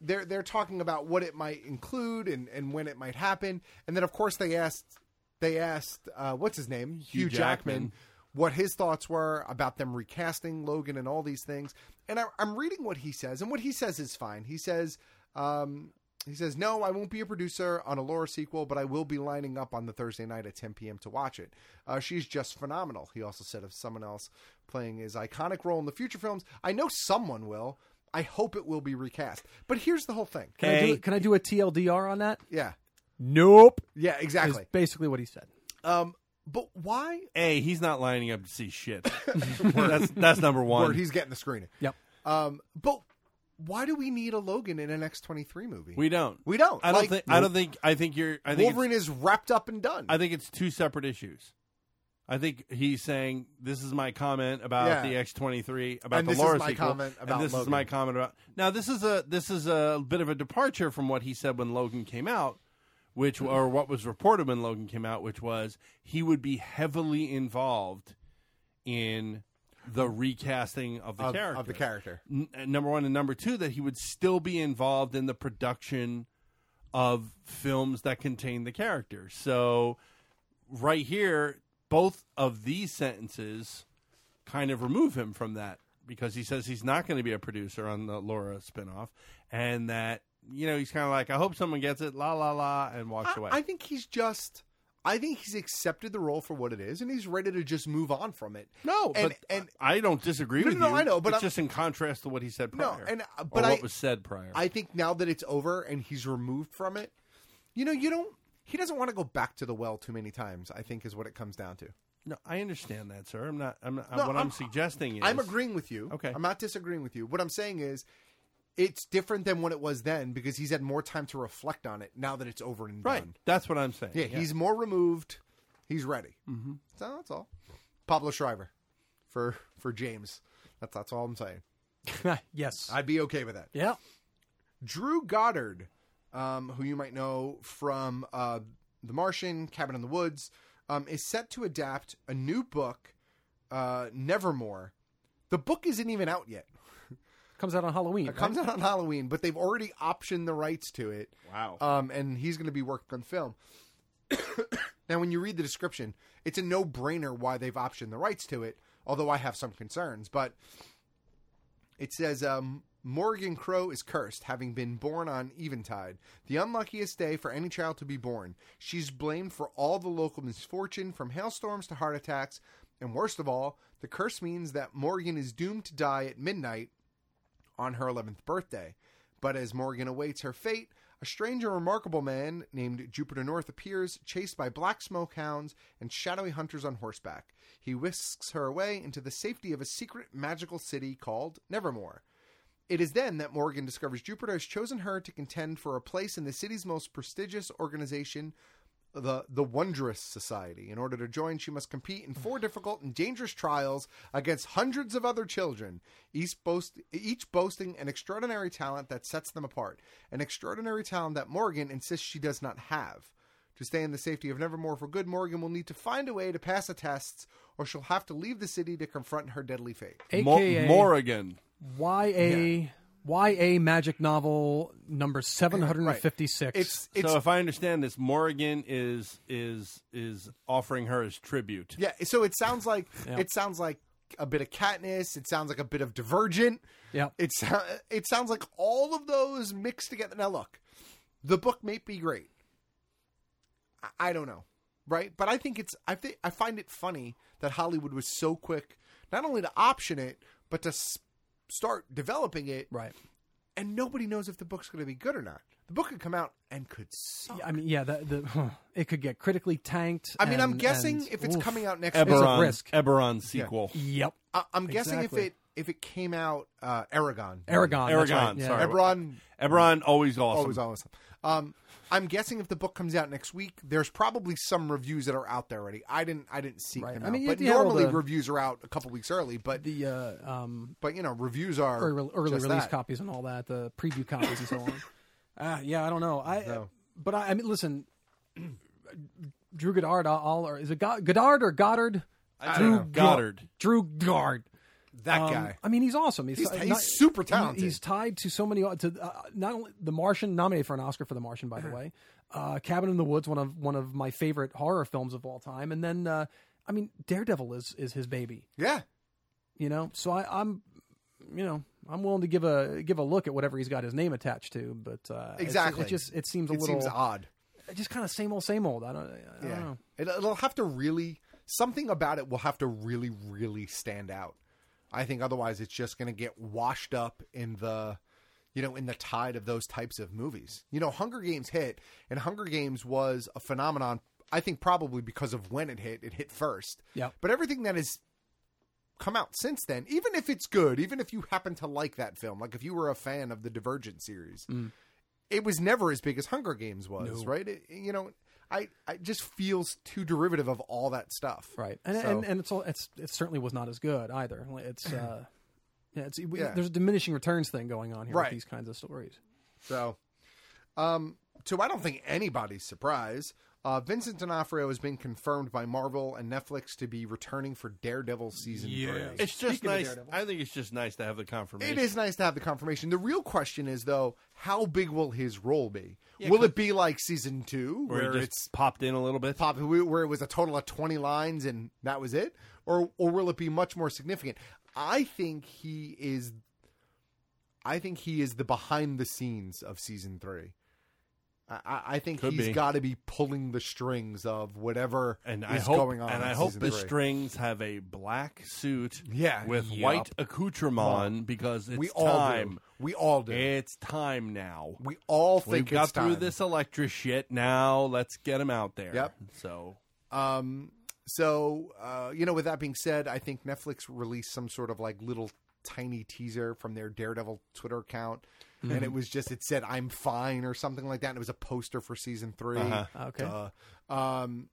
Speaker 13: they're they're talking about what it might include and, and when it might happen, and then of course they asked they asked uh, what's his name Hugh, Jackman,
Speaker 3: Jackman.
Speaker 13: what his thoughts were about them recasting Logan and all these things, and I, I'm reading what he says, and what he says is fine. He says. Um, he says, "No, I won't be a producer on a Laura sequel, but I will be lining up on the Thursday night at 10 p.m. to watch it. Uh, she's just phenomenal." He also said of someone else playing his iconic role in the future films, "I know someone will. I hope it will be recast." But here's the whole thing.
Speaker 14: Can I do? Can I do a TLDR on that?
Speaker 13: Yeah.
Speaker 14: Nope.
Speaker 13: Yeah, exactly.
Speaker 14: Is basically what he said.
Speaker 13: Um, but why?
Speaker 3: A, he's not lining up to see shit. that's that's number one.
Speaker 13: Word, he's getting the screening.
Speaker 14: Yep.
Speaker 13: Um, but why do we need a Logan in an X23 movie?
Speaker 3: we don't.
Speaker 13: We don't.
Speaker 3: I don't
Speaker 13: Like-
Speaker 3: think. I don't think. I think you're. I think it's-
Speaker 13: Wolverine is wrapped up and done.
Speaker 3: I think it's two separate issues. I think he's saying this is my comment about
Speaker 13: Yeah.
Speaker 3: the X twenty three about
Speaker 13: And
Speaker 3: the
Speaker 13: this
Speaker 3: Laura
Speaker 13: is my
Speaker 3: sequel,
Speaker 13: comment about
Speaker 3: and this is
Speaker 13: Logan.
Speaker 3: my comment about. Now this is a this is a bit of a departure from what he said when Logan came out, which or what was reported when Logan came out, which was he would be heavily involved in the recasting of the
Speaker 13: Of- of
Speaker 3: character
Speaker 13: the character.
Speaker 3: N- uh, number one and number two that he would still be involved in the production of films that contain the character. So right here, both of these sentences kind of remove him from that because he says he's not going to be a producer on the Laura spinoff and that you know he's kind of like I hope someone gets it la la la and walks away.
Speaker 13: I think he's just. I think he's accepted the role for what it is, and he's ready to just move on from it.
Speaker 3: no,
Speaker 13: and
Speaker 3: but I don't disagree
Speaker 13: No,
Speaker 3: with
Speaker 13: no, no,
Speaker 3: you.
Speaker 13: I know, but
Speaker 3: it's
Speaker 13: I'm-
Speaker 3: just in contrast to what he said
Speaker 13: No,
Speaker 3: prior.
Speaker 13: and, uh,
Speaker 3: or
Speaker 13: but
Speaker 3: what
Speaker 13: I-
Speaker 3: was said prior.
Speaker 13: I think now that it's over and he's removed from it, you know, you don't. He doesn't want to go back to the well too many times. I think is what it comes down to.
Speaker 3: No, I understand that, sir. I'm not. I'm,
Speaker 13: No,
Speaker 3: what I'm,
Speaker 13: I'm-
Speaker 3: suggesting is
Speaker 13: I'm agreeing with you.
Speaker 3: Okay.
Speaker 13: I'm not disagreeing with you. What I'm saying is, it's different than what it was then because he's had more time to reflect on it now that it's over and
Speaker 3: Right.
Speaker 13: done.
Speaker 3: That's what I'm saying.
Speaker 13: Yeah, he's more removed. He's ready. Mm-hmm. So that's all. Pablo Shriver for for James. That's that's all I'm saying.
Speaker 14: yes,
Speaker 13: I'd be okay with that.
Speaker 14: Yeah.
Speaker 13: Drew Goddard, um, who you might know from uh, The Martian, Cabin in the Woods, um, is set to adapt a new book, uh, Nevermore. The book isn't even out yet.
Speaker 14: Comes out on Halloween.
Speaker 13: It comes out on Halloween, but they've already optioned the rights to it.
Speaker 3: Wow.
Speaker 13: Um, and he's going to be working on film. now, when you read the description, it's a no brainer why they've optioned the rights to it, although I have some concerns. But it says um, Morgan Crow is cursed, having been born on Eventide, the unluckiest day for any child to be born. She's blamed for all the local misfortune, from hailstorms to heart attacks. And worst of all, the curse means that Morgan is doomed to die at midnight on her 11th birthday. But as Morgan awaits her fate, a strange and remarkable man named Jupiter North appears, chased by black smoke hounds and shadowy hunters on horseback. He whisks her away into the safety of a secret magical city called Nevermore. It is then that Morgan discovers Jupiter has chosen her to contend for a place in the city's most prestigious organization, the the Wondrous Society. In order to join, she must compete in four difficult and dangerous trials against hundreds of other children, each, boast, each boasting an extraordinary talent that sets them apart, an extraordinary talent that Morgan insists she does not have. To stay in the safety of Nevermore for good, Morgan will need to find a way to pass the tests, or she'll have to leave the city to confront her deadly fate.
Speaker 3: Mo-
Speaker 14: AKA
Speaker 3: Morrigan.
Speaker 14: YA YA magic novel number 756.
Speaker 3: so if I understand this, Morrigan is is is offering her as tribute.
Speaker 13: Yeah, so it sounds like
Speaker 3: Yeah.
Speaker 13: it sounds like a bit of Katniss. It sounds like a bit of Divergent.
Speaker 14: Yeah,
Speaker 13: it sou- it sounds like all of those mixed together. Now look, the book may be great. I- I don't know, right? But I think it's I think I find it funny that Hollywood was so quick, not only to option it, but to s- start developing it.
Speaker 14: Right.
Speaker 13: And nobody knows if the book's going to be good or not. The book could come out and could suck.
Speaker 14: I mean, yeah, the, the it could get critically tanked.
Speaker 13: I mean, I'm
Speaker 14: and-
Speaker 13: guessing
Speaker 14: and-
Speaker 13: if it's
Speaker 14: oof.
Speaker 13: coming out next
Speaker 14: it's
Speaker 3: Eberron,
Speaker 14: a risk.
Speaker 3: Eberron sequel.
Speaker 14: Yep.
Speaker 13: I- I'm guessing
Speaker 14: Exactly.
Speaker 13: if it if it came out uh, Aragon,
Speaker 14: Aragon, that's
Speaker 3: Aragon,
Speaker 14: right, yeah.
Speaker 3: sorry.
Speaker 13: Eberron-
Speaker 3: Eberron, always awesome.
Speaker 13: always awesome. Um, I'm guessing if the book comes out next week, there's probably some reviews that are out there already. I didn't I didn't seek them
Speaker 14: I
Speaker 13: out,
Speaker 14: mean, you
Speaker 13: but
Speaker 14: have to have all
Speaker 13: normally
Speaker 14: the-
Speaker 13: reviews are out a couple weeks early. But
Speaker 14: the uh, um,
Speaker 13: but you know reviews are
Speaker 14: early, early
Speaker 13: just
Speaker 14: release
Speaker 13: that.
Speaker 14: copies and all that, the preview copies and so on. Ah, yeah, I don't know. I but I, I mean, listen, Drew Goddard, I'll, I'll- or is it Go- Goddard or Goddard?
Speaker 13: I
Speaker 14: Drew
Speaker 13: don't know. Goddard.
Speaker 14: Drew Goddard.
Speaker 13: That
Speaker 14: Um,
Speaker 13: guy.
Speaker 14: I mean, he's awesome. He's,
Speaker 13: He's-
Speaker 14: uh,
Speaker 13: he's super
Speaker 14: he-
Speaker 13: talented.
Speaker 14: he's tied to so many. To uh, not only The Martian, nominated for an Oscar for The Martian, by the
Speaker 13: Uh-huh.
Speaker 14: way. Uh, Cabin in the Woods, one of one of my favorite horror films of all time, and then uh, I mean, Daredevil is is his baby.
Speaker 13: Yeah.
Speaker 14: You know, so I, I'm, you know, I'm willing to give a give a look at whatever he's got his name attached to, but uh, it's-
Speaker 13: Exactly.
Speaker 14: It, just it seems a
Speaker 13: It
Speaker 14: little
Speaker 13: seems odd.
Speaker 14: Just kind of same old, same old. I don't. I don't know.
Speaker 13: It, it'll have to really something about it will have to really really stand out. I think otherwise it's just going to get washed up in the you know in the tide of those types of movies. You know, Hunger Games hit, and Hunger Games was a phenomenon. I think probably because of when it hit, it hit first.
Speaker 14: Yep.
Speaker 13: But everything that has come out since then, even if it's good, even if you happen to like that film, like if you were a fan of the Divergent series, it was never as big as Hunger Games was,
Speaker 14: Mm. No.
Speaker 13: right? It, you know, I, I just feels too derivative of all that stuff.
Speaker 14: Right, and
Speaker 13: So-
Speaker 14: and, and it's all it's it certainly was not as good either. It's uh, yeah, it's we,
Speaker 13: Yeah.
Speaker 14: there's a diminishing returns thing going on here
Speaker 13: Right.
Speaker 14: with these kinds of stories.
Speaker 13: So, um, to I don't think anybody's surprise, uh, Vincent D'Onofrio has been confirmed by Marvel and Netflix to be returning for Daredevil season three.
Speaker 3: it's just nice. I think it's just nice to have the confirmation.
Speaker 13: It is nice to have the confirmation. The real question is though, how big will his role be?
Speaker 3: Yeah,
Speaker 13: will
Speaker 3: 'cause-
Speaker 13: it be like season two,
Speaker 3: Where he
Speaker 13: where,
Speaker 3: just
Speaker 13: it's popped in a little bit, pop, where it was a total of twenty lines and that was it, or or will it be much more significant? I think he is. I think he is the behind the scenes of season three. I- I, I think
Speaker 3: Could
Speaker 13: he's
Speaker 3: be.
Speaker 13: got to be pulling the strings of whatever
Speaker 3: And
Speaker 13: is
Speaker 3: I hope,
Speaker 13: going on.
Speaker 3: and
Speaker 13: in
Speaker 3: I hope
Speaker 13: season
Speaker 3: the
Speaker 13: three.
Speaker 3: strings have a black suit,
Speaker 13: Yeah.
Speaker 3: with
Speaker 13: Yup.
Speaker 3: white accoutrement
Speaker 13: Well,
Speaker 3: because it's
Speaker 13: we all do.
Speaker 3: time.
Speaker 13: We all do.
Speaker 3: It's time now.
Speaker 13: We all
Speaker 3: We've
Speaker 13: think
Speaker 3: got
Speaker 13: it's
Speaker 3: through
Speaker 13: time.
Speaker 3: this Electra shit. Now let's get him out there.
Speaker 13: Yep.
Speaker 3: So
Speaker 13: Um, so uh, you know, with that being said, I think Netflix released some sort of like little tiny teaser from their Daredevil Twitter account,
Speaker 3: Mhm.
Speaker 13: and it was just it said "I'm fine" or something like that, and it was a poster for season 3
Speaker 3: Uh-huh. Okay.
Speaker 13: Duh. um.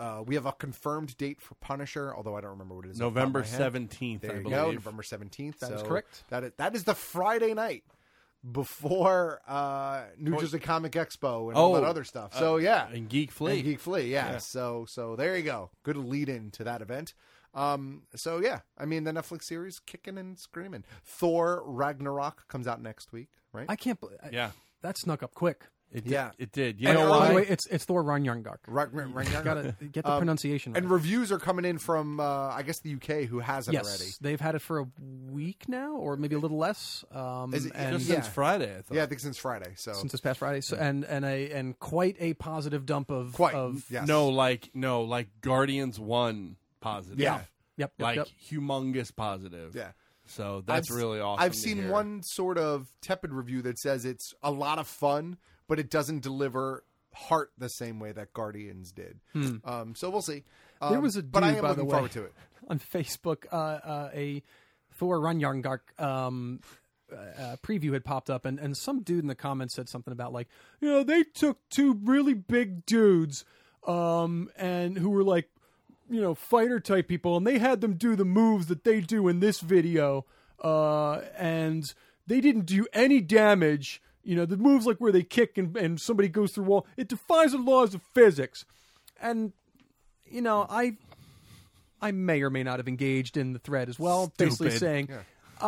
Speaker 13: Uh, we have a confirmed date for Punisher, although I don't remember what it is. off the top of
Speaker 3: November
Speaker 13: my head.
Speaker 3: seventeenth,
Speaker 13: There
Speaker 3: I
Speaker 13: you
Speaker 3: believe.
Speaker 13: go, November seventeenth.
Speaker 3: That
Speaker 13: That
Speaker 3: is
Speaker 13: is
Speaker 3: correct.
Speaker 13: That is, that is the Friday night before uh, New
Speaker 3: Oh,
Speaker 13: Jersey Comic Expo and all that
Speaker 3: oh,
Speaker 13: other stuff.
Speaker 3: uh,
Speaker 13: So yeah,
Speaker 3: and Geek Flea.
Speaker 13: And Geek Flea, yeah.
Speaker 3: Yeah.
Speaker 13: So so there you go. Good lead in to that event. Um, so yeah, I mean the Netflix series kicking and screaming. Thor Ragnarok comes out next week, right?
Speaker 14: I can't. bel- I- that snuck up quick.
Speaker 3: It
Speaker 13: did- Yeah.
Speaker 3: it did.
Speaker 13: You
Speaker 14: and,
Speaker 13: know
Speaker 14: oh, by the
Speaker 13: why?
Speaker 14: way, it's it's Thor Ragnarok.
Speaker 13: Ragnarok.
Speaker 14: Gotta get the
Speaker 13: Um,
Speaker 14: pronunciation right.
Speaker 13: And reviews are coming in from uh, I guess the UK who has it
Speaker 14: yes,
Speaker 13: already.
Speaker 14: they've had it for a week now, or maybe a little less. Um,
Speaker 13: Is it-
Speaker 14: and
Speaker 13: Just since yeah.
Speaker 3: Friday, I thought.
Speaker 13: Yeah, I think since Friday. So Hmm.
Speaker 14: since this past Friday, so, and and a and quite a positive dump of quite of
Speaker 3: No, like no, like Guardians one positive.
Speaker 14: Yeah. Yep, yep,
Speaker 3: like
Speaker 14: yep.
Speaker 3: humongous positive.
Speaker 13: Yeah.
Speaker 3: So that's
Speaker 13: I've-
Speaker 3: really awesome.
Speaker 13: I've
Speaker 3: to
Speaker 13: seen
Speaker 3: hear.
Speaker 13: one sort of tepid review that says it's a lot of fun, but it doesn't deliver heart the same way that Guardians did.
Speaker 14: Hmm.
Speaker 13: Um, so we'll see.
Speaker 14: there
Speaker 13: Um,
Speaker 14: was a dude,
Speaker 13: but I am
Speaker 14: by the
Speaker 13: looking
Speaker 14: way,
Speaker 13: forward to it.
Speaker 14: on Facebook. Uh, uh, a Thor Ragnarok um, uh, uh, preview had popped up, and, and some dude in the comments said something about like, you know, they took two really big dudes, um, and who were like, you know, fighter type people, and they had them do the moves that they do in this video, uh, and they didn't do any damage. You know, the moves like where they kick and, and somebody goes through wall, it defies the laws of physics. And you know, I I may or may not have engaged in the thread as well, basically
Speaker 3: Stupid.
Speaker 14: saying,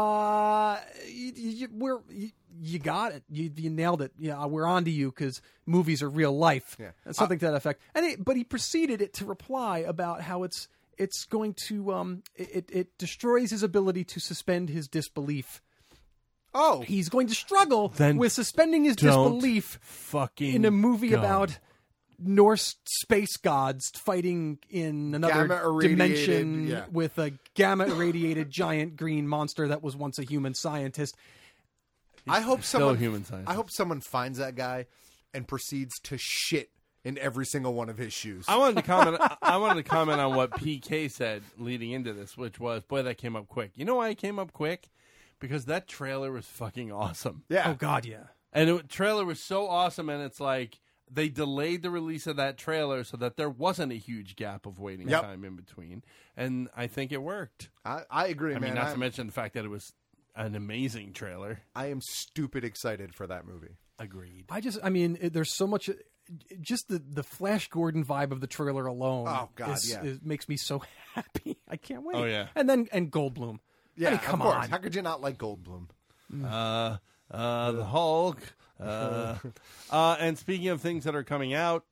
Speaker 14: uh, you, you, we're, you, you got it, you, you nailed it. Yeah, we're onto you because movies are real life,
Speaker 13: Yeah.
Speaker 14: And something to that effect. And it, but he proceeded it to reply about how it's it's going to um it it- it destroys his ability to suspend his disbelief.
Speaker 13: Oh,
Speaker 14: he's going to struggle
Speaker 3: Then
Speaker 14: with suspending his
Speaker 3: don't
Speaker 14: disbelief
Speaker 3: fucking
Speaker 14: in a movie
Speaker 3: go.
Speaker 14: about Norse space gods fighting in another
Speaker 13: Gamma-irradiated,
Speaker 14: dimension
Speaker 13: yeah.
Speaker 14: with a gamma irradiated giant green monster that was once a human scientist.
Speaker 13: I hope
Speaker 14: still
Speaker 13: someone.
Speaker 14: a human scientist.
Speaker 13: I hope someone finds that guy and proceeds to shit in every single one of his shoes.
Speaker 3: I wanted to comment. I- I wanted to comment on what PK said leading into this, which was, boy, that came up quick. You know why it came up quick? Because that trailer was fucking awesome.
Speaker 13: Yeah.
Speaker 14: Oh God, yeah.
Speaker 3: And the trailer was so awesome, and it's like they delayed the release of that trailer so that there wasn't a huge gap of waiting
Speaker 13: Yep.
Speaker 3: time in between, and I think it worked.
Speaker 13: I, I agree,
Speaker 3: I
Speaker 13: man.
Speaker 3: mean, not
Speaker 13: I-
Speaker 3: to mention the fact that it was an amazing trailer.
Speaker 13: I am stupid excited for that movie.
Speaker 3: Agreed.
Speaker 14: I just, I mean, it, there's so much. Just the, the Flash Gordon vibe of the trailer alone.
Speaker 13: Oh, God,
Speaker 14: is-
Speaker 13: yeah.
Speaker 14: is- makes me so happy. I can't wait.
Speaker 3: Oh, yeah.
Speaker 14: and then and Goldblum.
Speaker 13: Yeah,
Speaker 14: I mean, come
Speaker 13: of course.
Speaker 14: on.
Speaker 13: How could you not like Goldblum?
Speaker 3: Uh, uh, the Hulk. Uh, uh, and speaking of things that are coming out,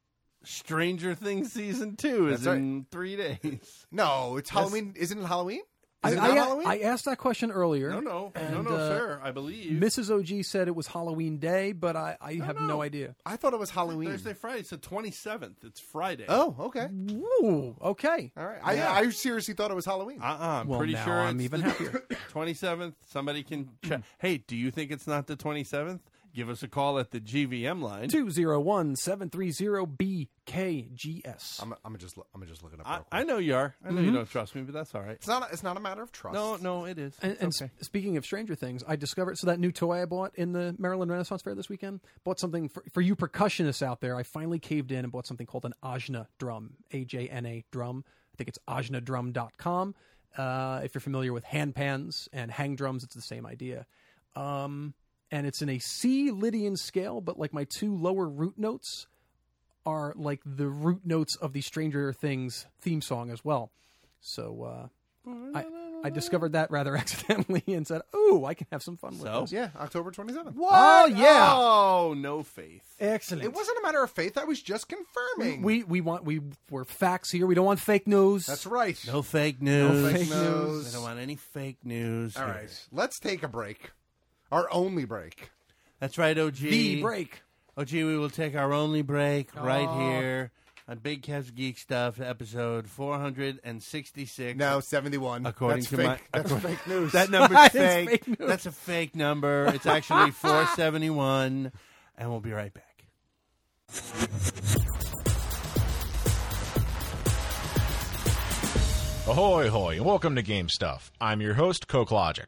Speaker 3: Stranger Things season two is
Speaker 13: That's right.
Speaker 3: in three days.
Speaker 13: No, it's
Speaker 3: Yes.
Speaker 13: Halloween. Isn't it Halloween?
Speaker 14: I,
Speaker 13: Is it
Speaker 14: I,
Speaker 13: not Halloween?
Speaker 14: I asked that question earlier.
Speaker 3: No, no, no,
Speaker 14: and,
Speaker 3: no,
Speaker 14: uh,
Speaker 3: sir. I believe
Speaker 14: Mrs. OG said it was Halloween Day, but I, I have
Speaker 13: Oh,
Speaker 14: no. idea.
Speaker 13: I thought it was Halloween.
Speaker 3: Thursday, Friday. It's the twenty seventh. It's Friday.
Speaker 13: Oh, okay.
Speaker 14: Ooh, okay.
Speaker 13: All right. I,
Speaker 3: Yeah.
Speaker 13: I seriously thought it was Halloween.
Speaker 3: Uh-uh, I'm
Speaker 14: Well,
Speaker 3: pretty
Speaker 14: now
Speaker 3: sure
Speaker 14: I'm
Speaker 3: it's
Speaker 14: even
Speaker 3: the
Speaker 14: happier.
Speaker 3: 27th. Somebody can check. hey, do you think it's not the 27th? give us a call at the GVM line.
Speaker 14: 201 730 BKGS.
Speaker 13: I'm, I'm just I'm gonna just look it up.
Speaker 3: I, I know you are. I know you
Speaker 14: Mhm.
Speaker 3: don't trust me, but that's all right.
Speaker 13: It's not. A, it's not a matter of trust.
Speaker 3: No, no, it is.
Speaker 14: And, and s- speaking of Stranger Things, I discovered so that new toy I bought in the Maryland Renaissance Fair this weekend. Bought something for, for you percussionists out there. I finally caved in and bought something called an Ajna drum, A J N A drum. I think it's ajnadrum.com. Uh, if you're familiar with hand pans and hang drums, it's the same idea. Um, and it's in a C Lydian scale, but like my two lower root notes are like the root notes of the Stranger Things theme song as well. So uh, I, I discovered that rather accidentally and said, "Oh, I can have some fun with
Speaker 3: So?
Speaker 14: this."
Speaker 13: Yeah, October 27th.
Speaker 14: What? Oh, yeah.
Speaker 3: Oh, no faith.
Speaker 14: Excellent.
Speaker 13: It wasn't a matter of faith. I was just confirming.
Speaker 14: We we want we we're facts here. We don't want fake news.
Speaker 13: That's right.
Speaker 3: No fake
Speaker 14: news.
Speaker 3: news.
Speaker 14: No fake news.
Speaker 3: I don't want any fake news.
Speaker 13: All right, let's take a break. Our only break.
Speaker 3: That's right, OG.
Speaker 13: The break.
Speaker 3: OG, we will take our only break
Speaker 13: Oh.
Speaker 3: right here on Big Cats Geek Stuff, episode 466. No,
Speaker 13: 71.
Speaker 3: According
Speaker 13: That's
Speaker 3: to
Speaker 13: fake.
Speaker 3: my.
Speaker 13: That's
Speaker 3: according-
Speaker 13: fake news.
Speaker 3: That number's
Speaker 13: It's
Speaker 3: fake.
Speaker 13: fake news.
Speaker 3: That's a fake number. It's actually 471, and we'll be right back.
Speaker 16: Ahoy, hoy, and welcome to Game Stuff. I'm your host, CokeLogic.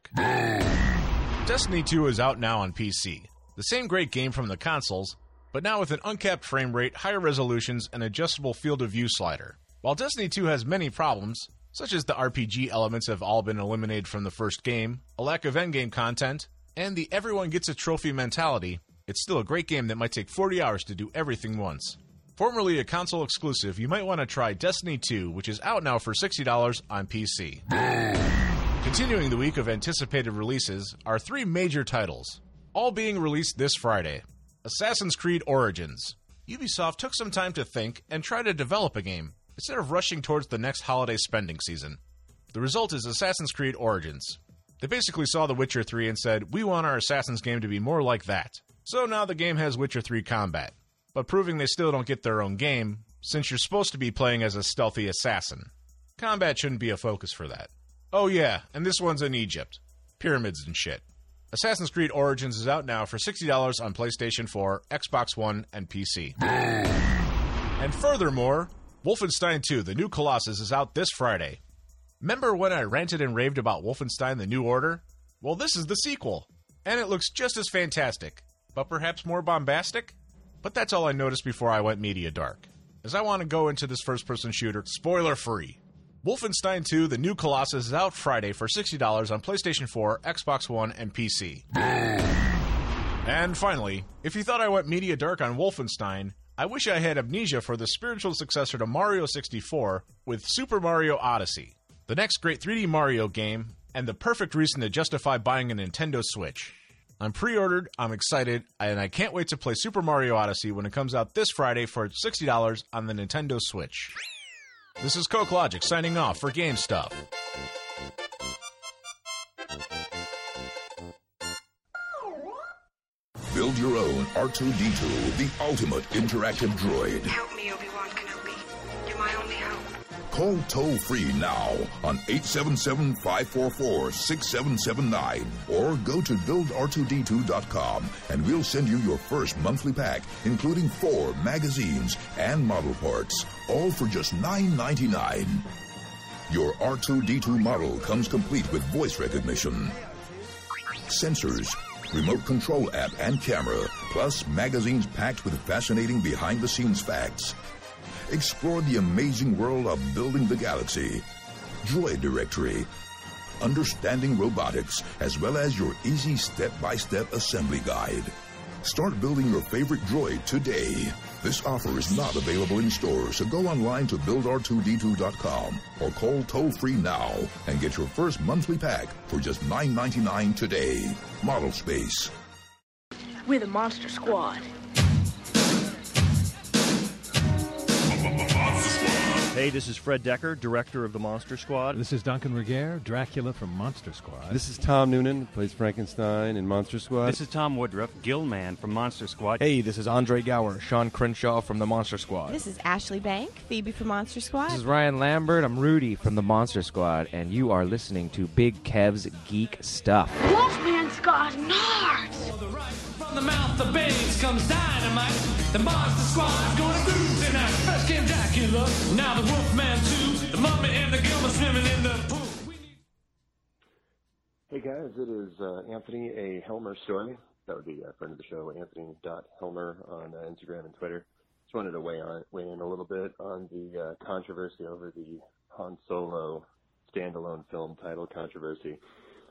Speaker 16: Destiny 2 is out now on PC. The same great game from the consoles, but now with an uncapped frame rate, higher resolutions, and adjustable field of view slider. While Destiny 2 has many problems, such as the RPG elements have all been eliminated from the first game, a lack of endgame content, and the everyone gets a trophy mentality, it's still a great game that might take 40 hours to do everything once. Formerly a console exclusive, you might want to try Destiny 2, which is out now for $60 on PC. Continuing the week of anticipated releases are three major titles, all being released this Friday Assassin's Creed Origins. Ubisoft took some time to think and try to develop a game instead of rushing towards the next holiday spending season. The result is Assassin's Creed Origins. They basically saw The Witcher 3 and said, We want our Assassin's game to be more like that. So now the game has Witcher 3 combat, but proving they still don't get their own game, since you're supposed to be playing as a stealthy assassin. Combat shouldn't be a focus for that. Oh, yeah, and this one's in Egypt. Pyramids and shit. Assassin's Creed Origins is out now for $60 on PlayStation 4, Xbox One, and PC. and furthermore, Wolfenstein 2 The New Colossus is out this Friday. Remember when I ranted and raved about Wolfenstein The New Order? Well, this is the sequel, and it looks just as fantastic, but perhaps more bombastic? But that's all I noticed before I went media dark, as I want to go into this first person shooter spoiler free. Wolfenstein 2 The New Colossus is out Friday for $60 on PlayStation 4, Xbox One, and PC. And finally, if you thought I went media dark on Wolfenstein, I wish I had amnesia for the spiritual successor to Mario 64 with Super Mario Odyssey, the next great 3D Mario game, and the perfect reason to justify buying a Nintendo Switch. I'm pre ordered, I'm excited, and I can't wait to play Super Mario Odyssey when it comes out this Friday for $60 on the Nintendo Switch. This is Coke Logic signing off for Game Stuff.
Speaker 17: Build your own R2D2, the ultimate interactive droid.
Speaker 18: Help me, Obi-Wan Kenobi. You're my only hope.
Speaker 17: Call toll free now on 877 544 6779 or go to buildr2d2.com and we'll send you your first monthly pack, including four magazines and model parts, all for just $9.99. Your R2D2 model comes complete with voice recognition, sensors, remote control app and camera, plus magazines packed with fascinating behind the scenes facts. Explore the amazing world of building the galaxy, Droid Directory, understanding robotics, as well as your easy step by step assembly guide. Start building your favorite droid today. This offer is not available in stores, so go online to buildr2d2.com or call toll free now and get your first monthly pack for just $9.99 today. Model Space.
Speaker 19: We're the Monster Squad.
Speaker 20: Hey, this is Fred Decker, director of the Monster Squad.
Speaker 21: This is Duncan Regier, Dracula from Monster Squad.
Speaker 22: This is Tom Noonan, who plays Frankenstein in Monster Squad.
Speaker 21: This
Speaker 22: This
Speaker 21: is
Speaker 22: is
Speaker 21: Tom Woodruff, Gillman from Monster Squad. Hey,
Speaker 23: this is Andre Gower, Sean Crenshaw from the Monster Squad.
Speaker 24: This is Ashley Bank, Phoebe from Monster Squad.
Speaker 23: This is Ryan Lambert. I'm Rudy from the Monster Squad, and you are listening to Big Kev's Geek Stuff.
Speaker 18: Wolfman's got nards. From the mouth
Speaker 25: the babes comes dynamite. The Monster Squad's gonna groove tonight. First came Dracula, now the Wolfman too. The mummy and the Gilmer swimming in the pool.
Speaker 26: Hey guys, it is uh, Anthony A. Helmer Story. That would be a friend of the show, Anthony dot Helmer on uh, Instagram and Twitter. Just wanted to weigh on weigh in a little bit on the uh, controversy over the Han Solo standalone film title controversy.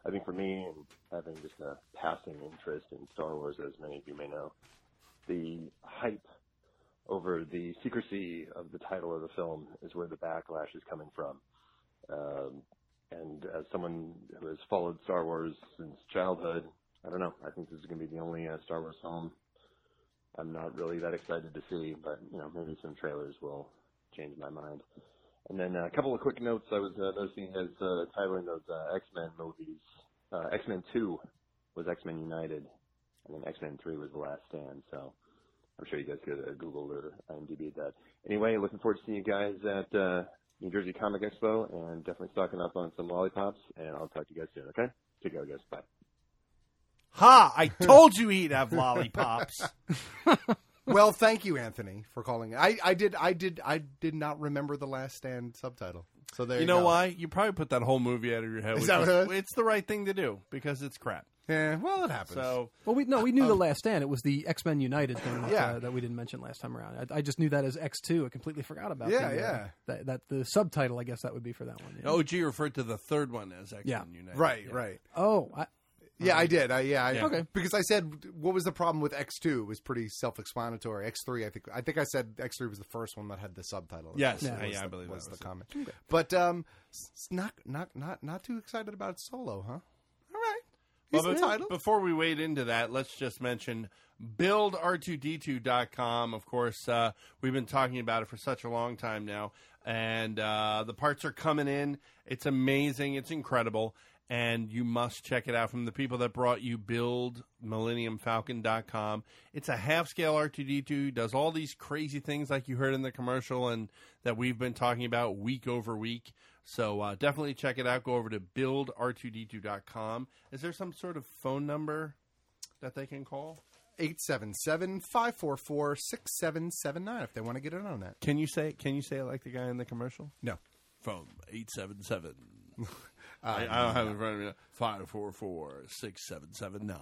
Speaker 26: I think for me, and having just a passing interest in Star Wars, as many of you may know, the hype over the secrecy of the title of the film is where the backlash is coming from. Um, and as someone who has followed Star Wars since childhood, I don't know. I think this is going to be the only uh, Star Wars film I'm not really that excited to see, but you know, maybe some trailers will change my mind. And then uh, a couple of quick notes I was uh, noticing as uh, titling those uh, X Men movies. Uh, X Men 2 was X Men United, and then X Men 3 was The Last Stand. So I'm sure you guys could uh, Google or IMDb that. Anyway, looking forward to seeing you guys at uh, New Jersey Comic Expo, and definitely stocking up on some lollipops. And I'll talk to you guys soon. Okay, take care, guys. Bye.
Speaker 27: Ha! I told you he'd have lollipops.
Speaker 13: well, thank you, Anthony, for calling. I, I did I did I did not remember the Last Stand subtitle. So there you,
Speaker 3: you know
Speaker 13: go.
Speaker 3: why? You probably put that whole movie out of your head.
Speaker 13: Is
Speaker 3: which
Speaker 13: that what it
Speaker 3: It's the right thing to do because it's crap.
Speaker 13: Yeah, well, it happens.
Speaker 3: So
Speaker 14: Well, we no, we knew the last stand. It was the X Men United thing
Speaker 3: Uh,
Speaker 14: that,
Speaker 3: oh. Yeah.
Speaker 14: uh, that we didn't mention last time around. I, I just knew that as X two. I completely forgot about.
Speaker 3: Yeah,
Speaker 14: the, uh,
Speaker 3: yeah. Oh,
Speaker 14: that, that the subtitle, I guess that would be for that one. yeah.
Speaker 3: OG referred to the third one as X Men
Speaker 14: Yeah.
Speaker 3: United.
Speaker 13: Right,
Speaker 3: Yeah. Uh,
Speaker 13: right.
Speaker 14: Oh, I,
Speaker 13: Yeah, I did. I, yeah, I,
Speaker 3: Yeah.
Speaker 13: okay.
Speaker 3: Okay.
Speaker 13: Because I said, what was the problem with X two? It was pretty self explanatory. X three, I think. I think I said X three was the first one that had the subtitle.
Speaker 3: Yes,
Speaker 13: Was-
Speaker 3: yeah,
Speaker 13: was
Speaker 3: yeah, I
Speaker 13: the-
Speaker 3: believe
Speaker 13: was
Speaker 3: that
Speaker 13: the
Speaker 3: was it.
Speaker 13: comment.
Speaker 3: Okay.
Speaker 13: But um, s- not not not not too excited about Solo, huh?
Speaker 3: Well,
Speaker 13: He's
Speaker 3: but
Speaker 13: entitled.
Speaker 3: Before we wade into that, let's just mention buildr2d2.com. Of course, uh, we've been talking about it for such a long time now, and uh, the parts are coming in. It's amazing, it's incredible, and you must check it out from the people that brought you buildmillenniumfalcon.com. It's a half scale R2D2, does all these crazy things like you heard in the commercial and that we've been talking about week over week. So uh, definitely check it out. Go over to buildr2d2.com. Is there some sort of phone number that they can call?
Speaker 13: 877-544-6779 if they want to get in on that.
Speaker 3: Can you say can you say it like the guy in the commercial?
Speaker 13: No.
Speaker 3: Phone eight seven seven. I, I don't have it in front of me. Five four four six seven seven nine.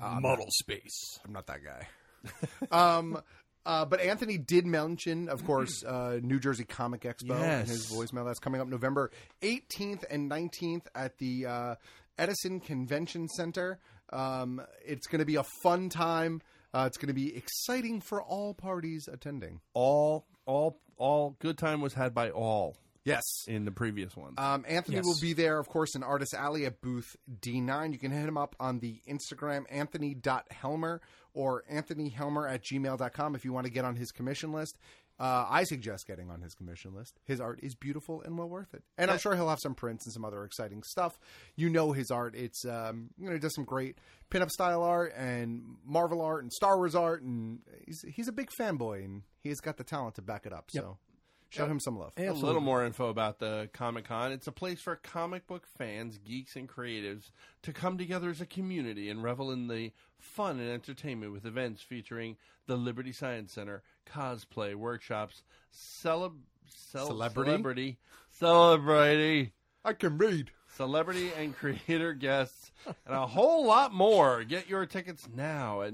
Speaker 13: Ah,
Speaker 3: Model
Speaker 13: no.
Speaker 3: space.
Speaker 13: I'm not that guy. um, uh, but Anthony did mention, of course, uh, New Jersey Comic Expo and
Speaker 3: Yes.
Speaker 13: his voicemail. That's coming up November 18th and 19th at the uh, Edison Convention Center. Um, it's going to be a fun time. Uh, it's going to be exciting for all parties attending.
Speaker 3: All all all good time was had by all.
Speaker 13: Yes.
Speaker 3: In the previous one.
Speaker 13: Um, Anthony
Speaker 3: Yes.
Speaker 13: will be there, of course, in Artist Alley at booth D9. You can hit him up on the Instagram, anthony.helmer or anthonyhelmer at gmail.com if you want to get on his commission list. Uh, I suggest getting on his commission list. His art is beautiful and well worth it. And I'm sure he'll have some prints and some other exciting stuff. You know his art. It's, um, you know, he does some great pinup style art and Marvel art and Star Wars art. And he's, he's a big fanboy and he's got the talent to back it up.
Speaker 3: Yep.
Speaker 13: So show him some love.
Speaker 3: A little more info about the Comic Con. It's a place for comic book fans, geeks, and creatives to come together as a community and revel in the fun and entertainment with events featuring the Liberty Science Center, cosplay, workshops, celeb- cel-
Speaker 13: Celebrity?
Speaker 3: celebrity, celebrity,
Speaker 13: I can read.
Speaker 3: Celebrity and creator guests, and a whole lot more. Get your tickets now at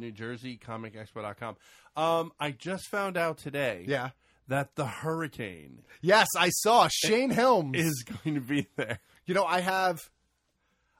Speaker 3: NewJerseyComicExpo.com. Um, I just found out today
Speaker 13: Yeah.
Speaker 3: that the hurricane
Speaker 13: Yes, I saw Shane Helms
Speaker 3: is going to be there.
Speaker 13: You know, I have,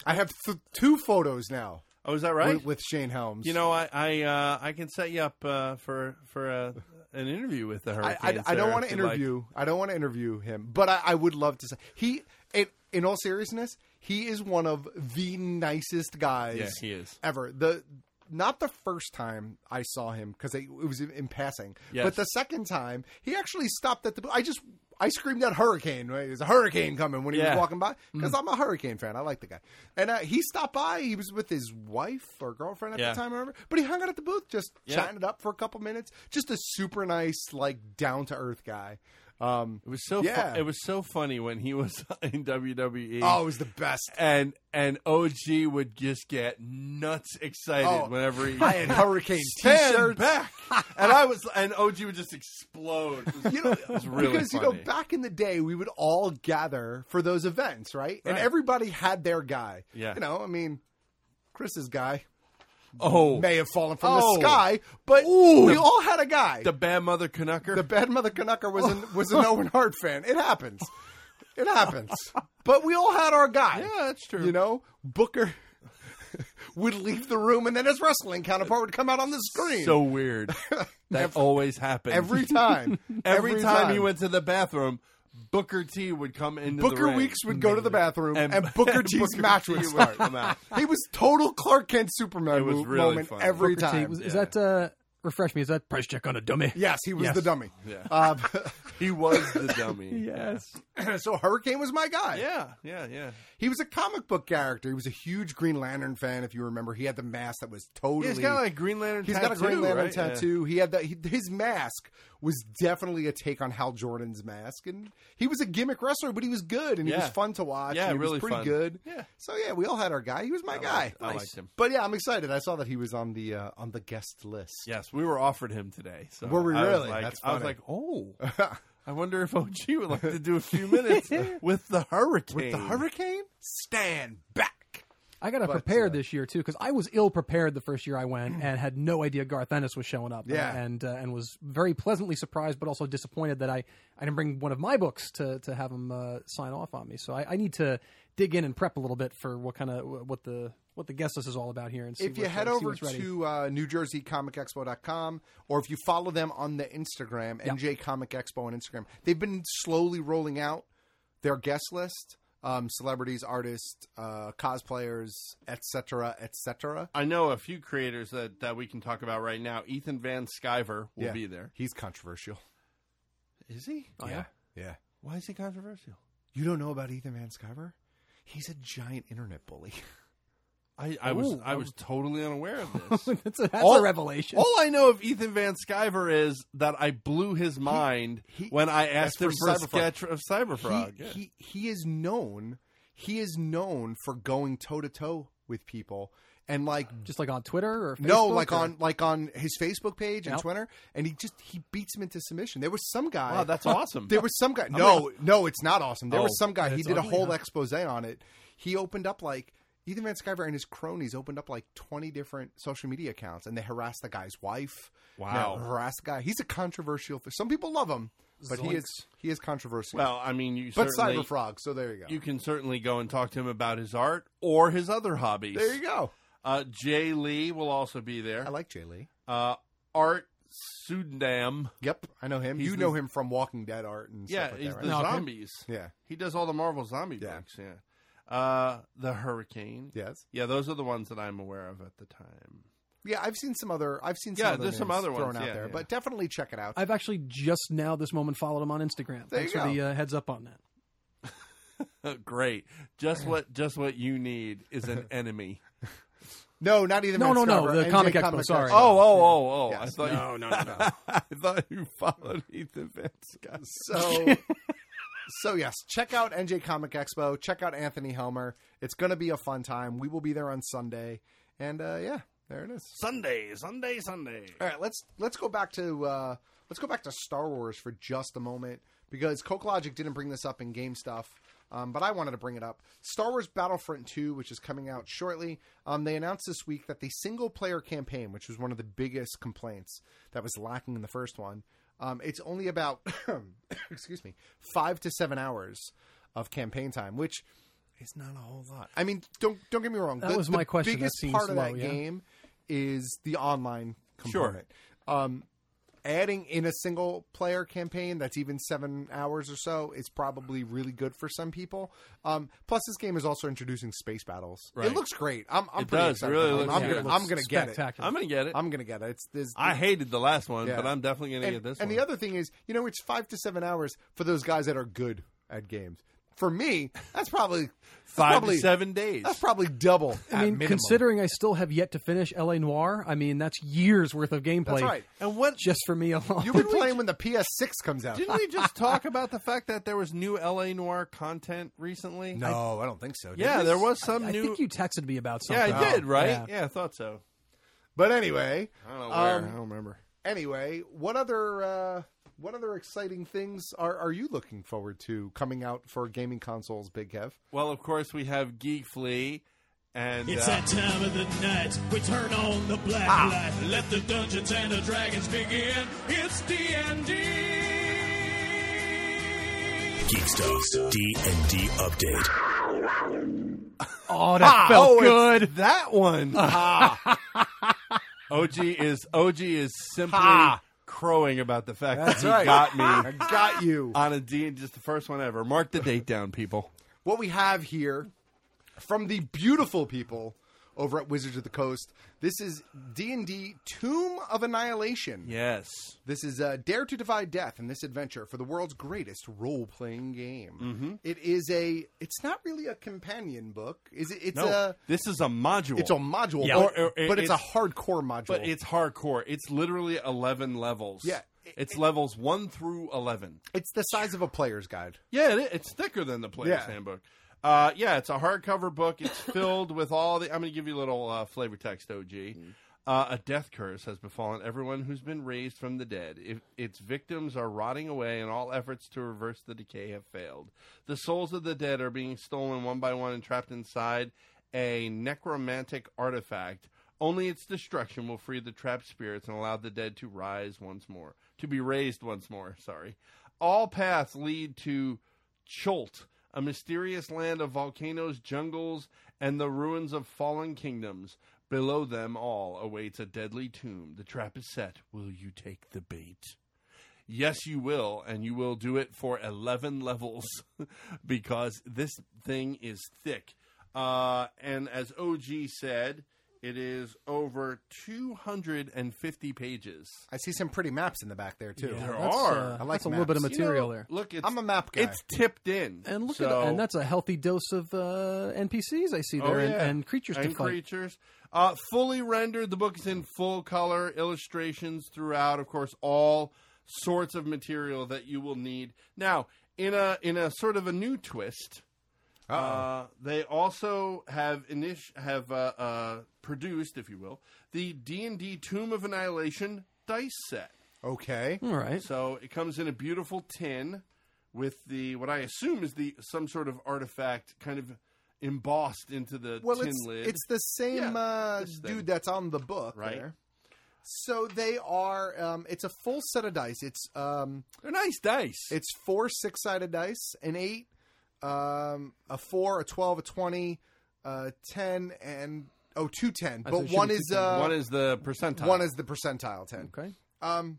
Speaker 13: I have th- two photos now.
Speaker 3: Oh, is that right?
Speaker 13: With, with Shane Helms,
Speaker 3: You know, I I, uh, I can set you up uh, for for uh, an interview with the
Speaker 13: I,
Speaker 3: hurricane.
Speaker 13: I, I don't want to interview. I don't want to interview him, but I, I would love to say he. It, in all seriousness, he is one of the nicest guys.
Speaker 3: Yeah, he is.
Speaker 13: ever the. Not the first time I saw him because it was in, in passing,
Speaker 3: Yes.
Speaker 13: but the second time he actually stopped at the. I just I screamed out hurricane. Right? There's a hurricane coming when he
Speaker 3: Yeah.
Speaker 13: was walking by because
Speaker 3: Mhm.
Speaker 13: I'm a hurricane fan. I like the guy, and uh, he stopped by. He was with his wife or girlfriend at
Speaker 3: Yeah.
Speaker 13: the time, I remember. But he hung out at the booth, just
Speaker 3: Yeah.
Speaker 13: chatting it up for a couple minutes. Just a super nice, like down to earth guy. Um,
Speaker 3: it was so
Speaker 13: yeah.
Speaker 3: fu- it was so funny when he was in WWE.
Speaker 13: Oh, it was the best.
Speaker 3: And and OG would just get nuts excited
Speaker 13: Oh,
Speaker 3: whenever he
Speaker 13: I had Hurricane
Speaker 3: Stand
Speaker 13: t-shirts.
Speaker 3: back. and I was and OG would just explode. It was,
Speaker 13: you know,
Speaker 3: it was really
Speaker 13: because you
Speaker 3: funny.
Speaker 13: know, back in the day, we would all gather for those events, right? And
Speaker 3: Right.
Speaker 13: everybody had their guy.
Speaker 3: Yeah.
Speaker 13: you know, I mean, Chris's guy
Speaker 3: oh,
Speaker 13: may have fallen from
Speaker 3: Oh.
Speaker 13: the sky, but we
Speaker 3: The-
Speaker 13: all had a guy.
Speaker 3: the bad mother Canucker.
Speaker 13: The bad mother Canucker was an, was
Speaker 3: Oh.
Speaker 13: an Owen Hart fan. It happens. It happens. But we all had our guy.
Speaker 3: Yeah, that's true.
Speaker 13: You know, Booker would leave the room, and then his wrestling counterpart would come out on the screen.
Speaker 3: so weird. That always happened
Speaker 13: every time,
Speaker 3: Every,
Speaker 13: Every
Speaker 3: time, he
Speaker 13: time.
Speaker 3: went to the bathroom, Booker T would come into the
Speaker 13: Booker
Speaker 3: ring.
Speaker 13: Weeks would go to the bathroom, and,
Speaker 3: And-
Speaker 13: Booker
Speaker 3: and
Speaker 13: T's
Speaker 3: Booker
Speaker 13: match
Speaker 3: T
Speaker 13: would
Speaker 3: would
Speaker 13: start.
Speaker 3: come out.
Speaker 13: He was total Clark Kent Superman
Speaker 3: It was
Speaker 13: mo-
Speaker 3: really
Speaker 13: moment
Speaker 3: funny.
Speaker 13: every
Speaker 14: Booker T,
Speaker 13: time.
Speaker 14: was- Is that uh, refresh me? Is that price check on a dummy?
Speaker 13: Yes, he was
Speaker 14: Yes.
Speaker 13: the dummy.
Speaker 3: Yeah.
Speaker 13: Um,
Speaker 3: He was the dummy.
Speaker 14: Yes.
Speaker 13: so Hurricane was my guy.
Speaker 3: Yeah, yeah, yeah.
Speaker 13: He was a comic book character. He was a huge Green Lantern fan, if you remember. He had the mask that was totally.
Speaker 3: Yeah, he's got like Green Lantern.
Speaker 13: He's
Speaker 3: tattoo,
Speaker 13: got a Green Lantern
Speaker 3: right?
Speaker 13: tattoo. He had that. he- His mask was definitely a take on Hal Jordan's mask, and he was a gimmick wrestler, but he was good and he
Speaker 3: Yeah.
Speaker 13: was fun to watch.
Speaker 3: Yeah,
Speaker 13: and he was
Speaker 3: really
Speaker 13: pretty
Speaker 3: fun.
Speaker 13: good.
Speaker 3: Yeah.
Speaker 13: So yeah, we all had our guy. He was my guy.
Speaker 3: liked- I Nice. liked him.
Speaker 13: But yeah, I'm excited. I saw that he was on the uh, on the guest list.
Speaker 3: Yeah. Yes, we were offered him today. So
Speaker 13: Were we
Speaker 3: I was
Speaker 13: really?
Speaker 3: like-
Speaker 13: That's
Speaker 3: I was
Speaker 13: funny.
Speaker 3: like, oh, I wonder if OG would like to do a few minutes with the hurricane.
Speaker 13: With the hurricane, stand back.
Speaker 14: I got to
Speaker 13: But,
Speaker 14: prepare
Speaker 13: uh,
Speaker 14: this year too because I was ill prepared the first year I went and had no idea Garth Ennis was showing up.
Speaker 13: Yeah.
Speaker 14: and uh, and was very pleasantly surprised, but also disappointed that I I didn't bring one of my books to to have him uh, sign off on me. So I, I need to dig in and prep a little bit for what kind of what the what the guest list is all about here. And see
Speaker 13: if you
Speaker 14: what-
Speaker 13: head
Speaker 14: see
Speaker 13: over
Speaker 14: what's ready.
Speaker 13: to uh, NewJerseyComicExpo.com or if you follow them on the Instagram, NJ Comic Expo on Instagram, they've been slowly rolling out their guest list, um, celebrities, artists, uh, cosplayers, etc., etc.
Speaker 3: I know a few creators that, that we can talk about right now. Ethan Van Sciver will
Speaker 13: Yeah.
Speaker 3: be there.
Speaker 13: He's controversial.
Speaker 3: Is he?
Speaker 13: yeah.
Speaker 3: Why is he controversial?
Speaker 13: You don't know about Ethan Van Sciver? He's a giant internet bully.
Speaker 3: I, I was
Speaker 13: Oh,
Speaker 14: Ooh,
Speaker 3: I was totally unaware of this.
Speaker 14: that's a, that's
Speaker 3: All-
Speaker 14: a revelation.
Speaker 3: All I know of Ethan Van Sciver is that I blew his mind
Speaker 13: he-
Speaker 3: when I asked
Speaker 13: asked
Speaker 3: him
Speaker 13: for
Speaker 3: for a
Speaker 13: Cyberfrog.
Speaker 3: sketch of Cyberfrog.
Speaker 13: He,
Speaker 3: Yeah.
Speaker 13: he he is known. He is known for going toe to toe with people and like
Speaker 14: just like on Twitter or Facebook
Speaker 13: No, like
Speaker 14: or-
Speaker 13: on like on his Facebook page and
Speaker 14: Yep.
Speaker 13: Twitter, and he just he beats him into submission. There was some guy.
Speaker 3: Wow, that's awesome.
Speaker 13: There was some guy. No, no, it's not awesome. There
Speaker 3: Oh,
Speaker 13: was some guy. He
Speaker 3: it's
Speaker 13: did a
Speaker 3: ugly,
Speaker 13: whole
Speaker 3: huh?
Speaker 13: expose on it. He opened up like Ethan Van Sciver and his cronies opened up like twenty different social media accounts, and they harassed the guy's wife.
Speaker 3: Wow.
Speaker 13: they harassed the guy. He's a controversial. fi- Some people love him, but he is
Speaker 14: Zoinks.
Speaker 13: he is controversial.
Speaker 3: Well, I mean, you
Speaker 13: but
Speaker 3: certainly,
Speaker 13: Cyberfrog. So there you go.
Speaker 3: you can certainly go and talk to him about his art or his other hobbies.
Speaker 13: there you go.
Speaker 3: Uh, Jay Lee will also be there.
Speaker 13: I like Jay Lee.
Speaker 3: uh, Art Sudam.
Speaker 13: Yep, I know him.
Speaker 3: He's
Speaker 13: you
Speaker 3: the-
Speaker 13: know him from Walking Dead art and
Speaker 3: Yeah,
Speaker 13: stuff like
Speaker 3: he's
Speaker 13: that, right?
Speaker 3: the
Speaker 14: No, okay.
Speaker 3: zombies.
Speaker 13: Yeah.
Speaker 3: He does all the Marvel zombie
Speaker 13: Yeah.
Speaker 3: books. Yeah. Uh, the Hurricane.
Speaker 13: Yes.
Speaker 3: Yeah, those are the ones that I'm aware of at the time.
Speaker 13: Yeah, I've seen some other. I've seen some
Speaker 3: Yeah,
Speaker 13: Other
Speaker 3: there's some
Speaker 13: names
Speaker 3: other
Speaker 13: thrown
Speaker 3: ones,
Speaker 13: out
Speaker 3: yeah,
Speaker 13: there,
Speaker 3: yeah.
Speaker 13: but definitely check it out.
Speaker 14: I've actually just now this moment followed him on Instagram.
Speaker 13: There
Speaker 14: Thanks
Speaker 13: you
Speaker 14: for the
Speaker 13: go.
Speaker 14: uh, heads up on that.
Speaker 3: Uh, Great. Just what just what you need is an enemy.
Speaker 13: no, not either.
Speaker 14: No,
Speaker 13: Matt
Speaker 14: no, no,
Speaker 13: Scarborough,
Speaker 14: the
Speaker 13: NJ
Speaker 14: Comic Expo, sorry.
Speaker 3: Oh, oh, oh, oh!
Speaker 13: Yes.
Speaker 3: I thought
Speaker 13: No,
Speaker 3: you,
Speaker 13: no, no, no.
Speaker 3: I thought you followed Ethan Van Scott.
Speaker 13: So, so yes, check out NJ Comic Expo. Check out Anthony Helmer. It's going to be a fun time. We will be there on Sunday, and uh, yeah, there it is.
Speaker 3: Sunday, Sunday, Sunday.
Speaker 13: All right, let's let's go back to uh, let's go back to Star Wars for just a moment because Coke Logic didn't bring this up in game stuff, um, but I wanted to bring it up. Star Wars Battlefront Two, which is coming out shortly, um, they announced this week that the single player campaign, which was one of the biggest complaints that was lacking in the first one, um, it's only about excuse me five to seven hours of campaign time, which is not a whole lot. I mean, don't don't get me wrong.
Speaker 14: That
Speaker 13: the,
Speaker 14: was my
Speaker 13: the
Speaker 14: question. That
Speaker 13: Biggest
Speaker 14: seems
Speaker 13: part of
Speaker 14: low,
Speaker 13: that
Speaker 14: yeah.
Speaker 13: game is the online
Speaker 3: Sure.
Speaker 13: component. Um, adding in a single player campaign that's even seven hours or so is probably really good for some people. Um, plus, this game is also introducing space battles.
Speaker 3: Right.
Speaker 13: It looks great. I'm, I'm
Speaker 3: It
Speaker 13: pretty
Speaker 3: does.
Speaker 13: excited.
Speaker 3: Really
Speaker 13: I'm,
Speaker 3: looks
Speaker 13: I'm
Speaker 3: good.
Speaker 13: gonna,
Speaker 3: It
Speaker 13: I'm gonna get it.
Speaker 14: Spectacular.
Speaker 3: I'm gonna get it.
Speaker 13: I'm gonna get it. It's this.
Speaker 3: I hated the last one,
Speaker 13: Yeah.
Speaker 3: but I'm definitely gonna
Speaker 13: and,
Speaker 3: get this
Speaker 13: and
Speaker 3: one.
Speaker 13: the other thing is, you know, it's five to seven hours for those guys that are good at games. for me, that's probably that's
Speaker 3: Five to
Speaker 13: probably,
Speaker 3: seven days.
Speaker 13: That's probably double.
Speaker 14: I mean, considering I still have yet to finish L.A. Noir, I mean that's years worth of gameplay.
Speaker 13: That's right.
Speaker 14: And what just for me alone?
Speaker 13: you'll be playing when the PS6 comes out.
Speaker 3: Didn't we just talk about the fact that there was new LA Noir content recently?
Speaker 13: No, I, don't think so. did
Speaker 3: Yeah,
Speaker 13: we?
Speaker 3: there was some
Speaker 14: I, I
Speaker 3: new.
Speaker 14: think you texted me about
Speaker 3: yeah,
Speaker 14: something.
Speaker 3: I did, right?
Speaker 14: Yeah.
Speaker 3: Yeah. I thought so.
Speaker 13: But anyway,
Speaker 3: I don't know where.
Speaker 13: um,
Speaker 3: I don't remember.
Speaker 13: anyway, what other uh, what other exciting things are are you looking forward to coming out for gaming consoles, Big Kev?
Speaker 3: Well, of course, we have Geek Flea. And
Speaker 28: It's
Speaker 3: uh,
Speaker 28: that time of the night. We turn on the black
Speaker 26: Ah!
Speaker 28: light. Let the dungeons and the dragons begin. It's D and D.
Speaker 5: Geek Stuff's D and D update.
Speaker 14: Oh, that
Speaker 3: Ah,
Speaker 14: felt
Speaker 3: oh,
Speaker 14: good.
Speaker 3: it's that one. Ah. OG is OG is simply
Speaker 14: Ha.
Speaker 3: crowing about the fact
Speaker 13: That's
Speaker 3: that he
Speaker 13: right.
Speaker 3: got me
Speaker 13: I got you.
Speaker 3: on a D and just the first one ever. Mark the date down, people.
Speaker 13: What we have here from the beautiful people over at Wizards of the Coast. This is D and D Tomb of Annihilation.
Speaker 3: Yes.
Speaker 13: This is uh, Dare to Divide Death in this adventure for the world's greatest role playing game. It is a. It's not really a companion book. Is it? It's
Speaker 3: no,
Speaker 13: a.
Speaker 3: this is a module.
Speaker 13: It's a module,
Speaker 3: Yeah.
Speaker 13: but,
Speaker 3: Or- or-
Speaker 13: but it's,
Speaker 3: it's-
Speaker 13: a hardcore module.
Speaker 3: But it's hardcore. It's literally eleven levels.
Speaker 13: Yeah.
Speaker 3: it's levels one through eleven.
Speaker 13: it's the size of a player's guide.
Speaker 3: Yeah, it, it's thicker than the Player's
Speaker 13: Yeah.
Speaker 3: Handbook. Uh, yeah, it's a hardcover book. It's filled with all the. I'm going to give you a little uh, flavor text, OG. Uh, a death curse has befallen everyone who's been raised from the dead. If its victims are rotting away, and all efforts to reverse the decay have failed. The souls of the dead are being stolen one by one and trapped inside a necromantic artifact. Only its destruction will free the trapped spirits and allow the dead to rise once more, to be raised once more. Sorry. All paths lead to Chult, a mysterious land of volcanoes, jungles, and the ruins of fallen kingdoms. Below them all awaits a deadly tomb. The trap is set. Will you take the bait? Yes, you will, and you will do it for 11 levels because this thing is thick. Uh, and as OG said, it is over 250 pages.
Speaker 13: I see some pretty maps in the back there too.
Speaker 3: Yeah, There
Speaker 14: that's,
Speaker 3: are.
Speaker 14: uh,
Speaker 13: I like
Speaker 14: that's a little bit of
Speaker 13: maps.
Speaker 14: material
Speaker 3: You know,
Speaker 14: there.
Speaker 3: Look, it's,
Speaker 13: I'm a map guy.
Speaker 3: It's tipped in.
Speaker 14: And look
Speaker 3: So-
Speaker 14: at and that's a healthy dose of uh, NPCs I see there
Speaker 3: Oh,
Speaker 14: and,
Speaker 3: yeah.
Speaker 14: and creatures
Speaker 3: and
Speaker 14: to fight.
Speaker 3: creatures. Uh, fully rendered. The book is in full color, illustrations throughout. Of course, all sorts of material that you will need. Now, in a in a sort of a new twist, uh, they also have init- have uh, uh, produced, if you will, the D and D Tomb of Annihilation dice set.
Speaker 13: okay.
Speaker 3: Hmm.
Speaker 14: All right.
Speaker 3: So it comes in a beautiful tin with the what I assume is the some sort of artifact kind of embossed into the
Speaker 13: Well,
Speaker 3: tin
Speaker 13: it's
Speaker 3: lid.
Speaker 13: it's the same
Speaker 3: Yeah,
Speaker 13: uh,
Speaker 3: this thing.
Speaker 13: dude that's on the book,
Speaker 3: Right.
Speaker 13: there. So they are. Um, it's a full set of dice. It's um,
Speaker 3: They're nice dice.
Speaker 13: It's four six sided dice, an eight, um, a four, a twelve, a twenty, a ten, and oh two ten.
Speaker 14: I
Speaker 13: But
Speaker 14: said it should
Speaker 13: one
Speaker 14: be
Speaker 13: is
Speaker 14: two ten.
Speaker 13: uh,
Speaker 3: one is the percentile.
Speaker 13: one is the percentile ten.
Speaker 14: Okay.
Speaker 13: Um,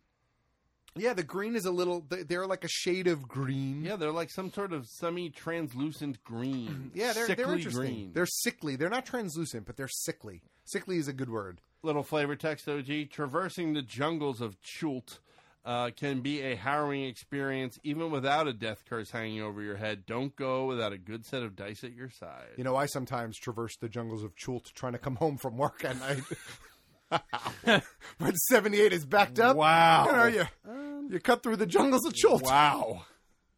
Speaker 13: yeah, the green is a little. they- They're like a shade of green.
Speaker 3: yeah, they're like some sort of semi-translucent green.
Speaker 13: Yeah, they're
Speaker 3: sickly
Speaker 13: they're interesting.
Speaker 3: green.
Speaker 13: They're sickly. They're not translucent, but they're sickly. Sickly is a good word.
Speaker 3: Little flavor text OG. Traversing the jungles of Chult uh, can be a harrowing experience, even without a death curse hanging over your head. Don't go without a good set of dice at your side.
Speaker 13: You know, I sometimes traverse the jungles of Chult trying to come home from work at night. when 78 is backed up.
Speaker 3: Wow.
Speaker 13: You know, you, you cut through the jungles of Chult.
Speaker 3: Wow.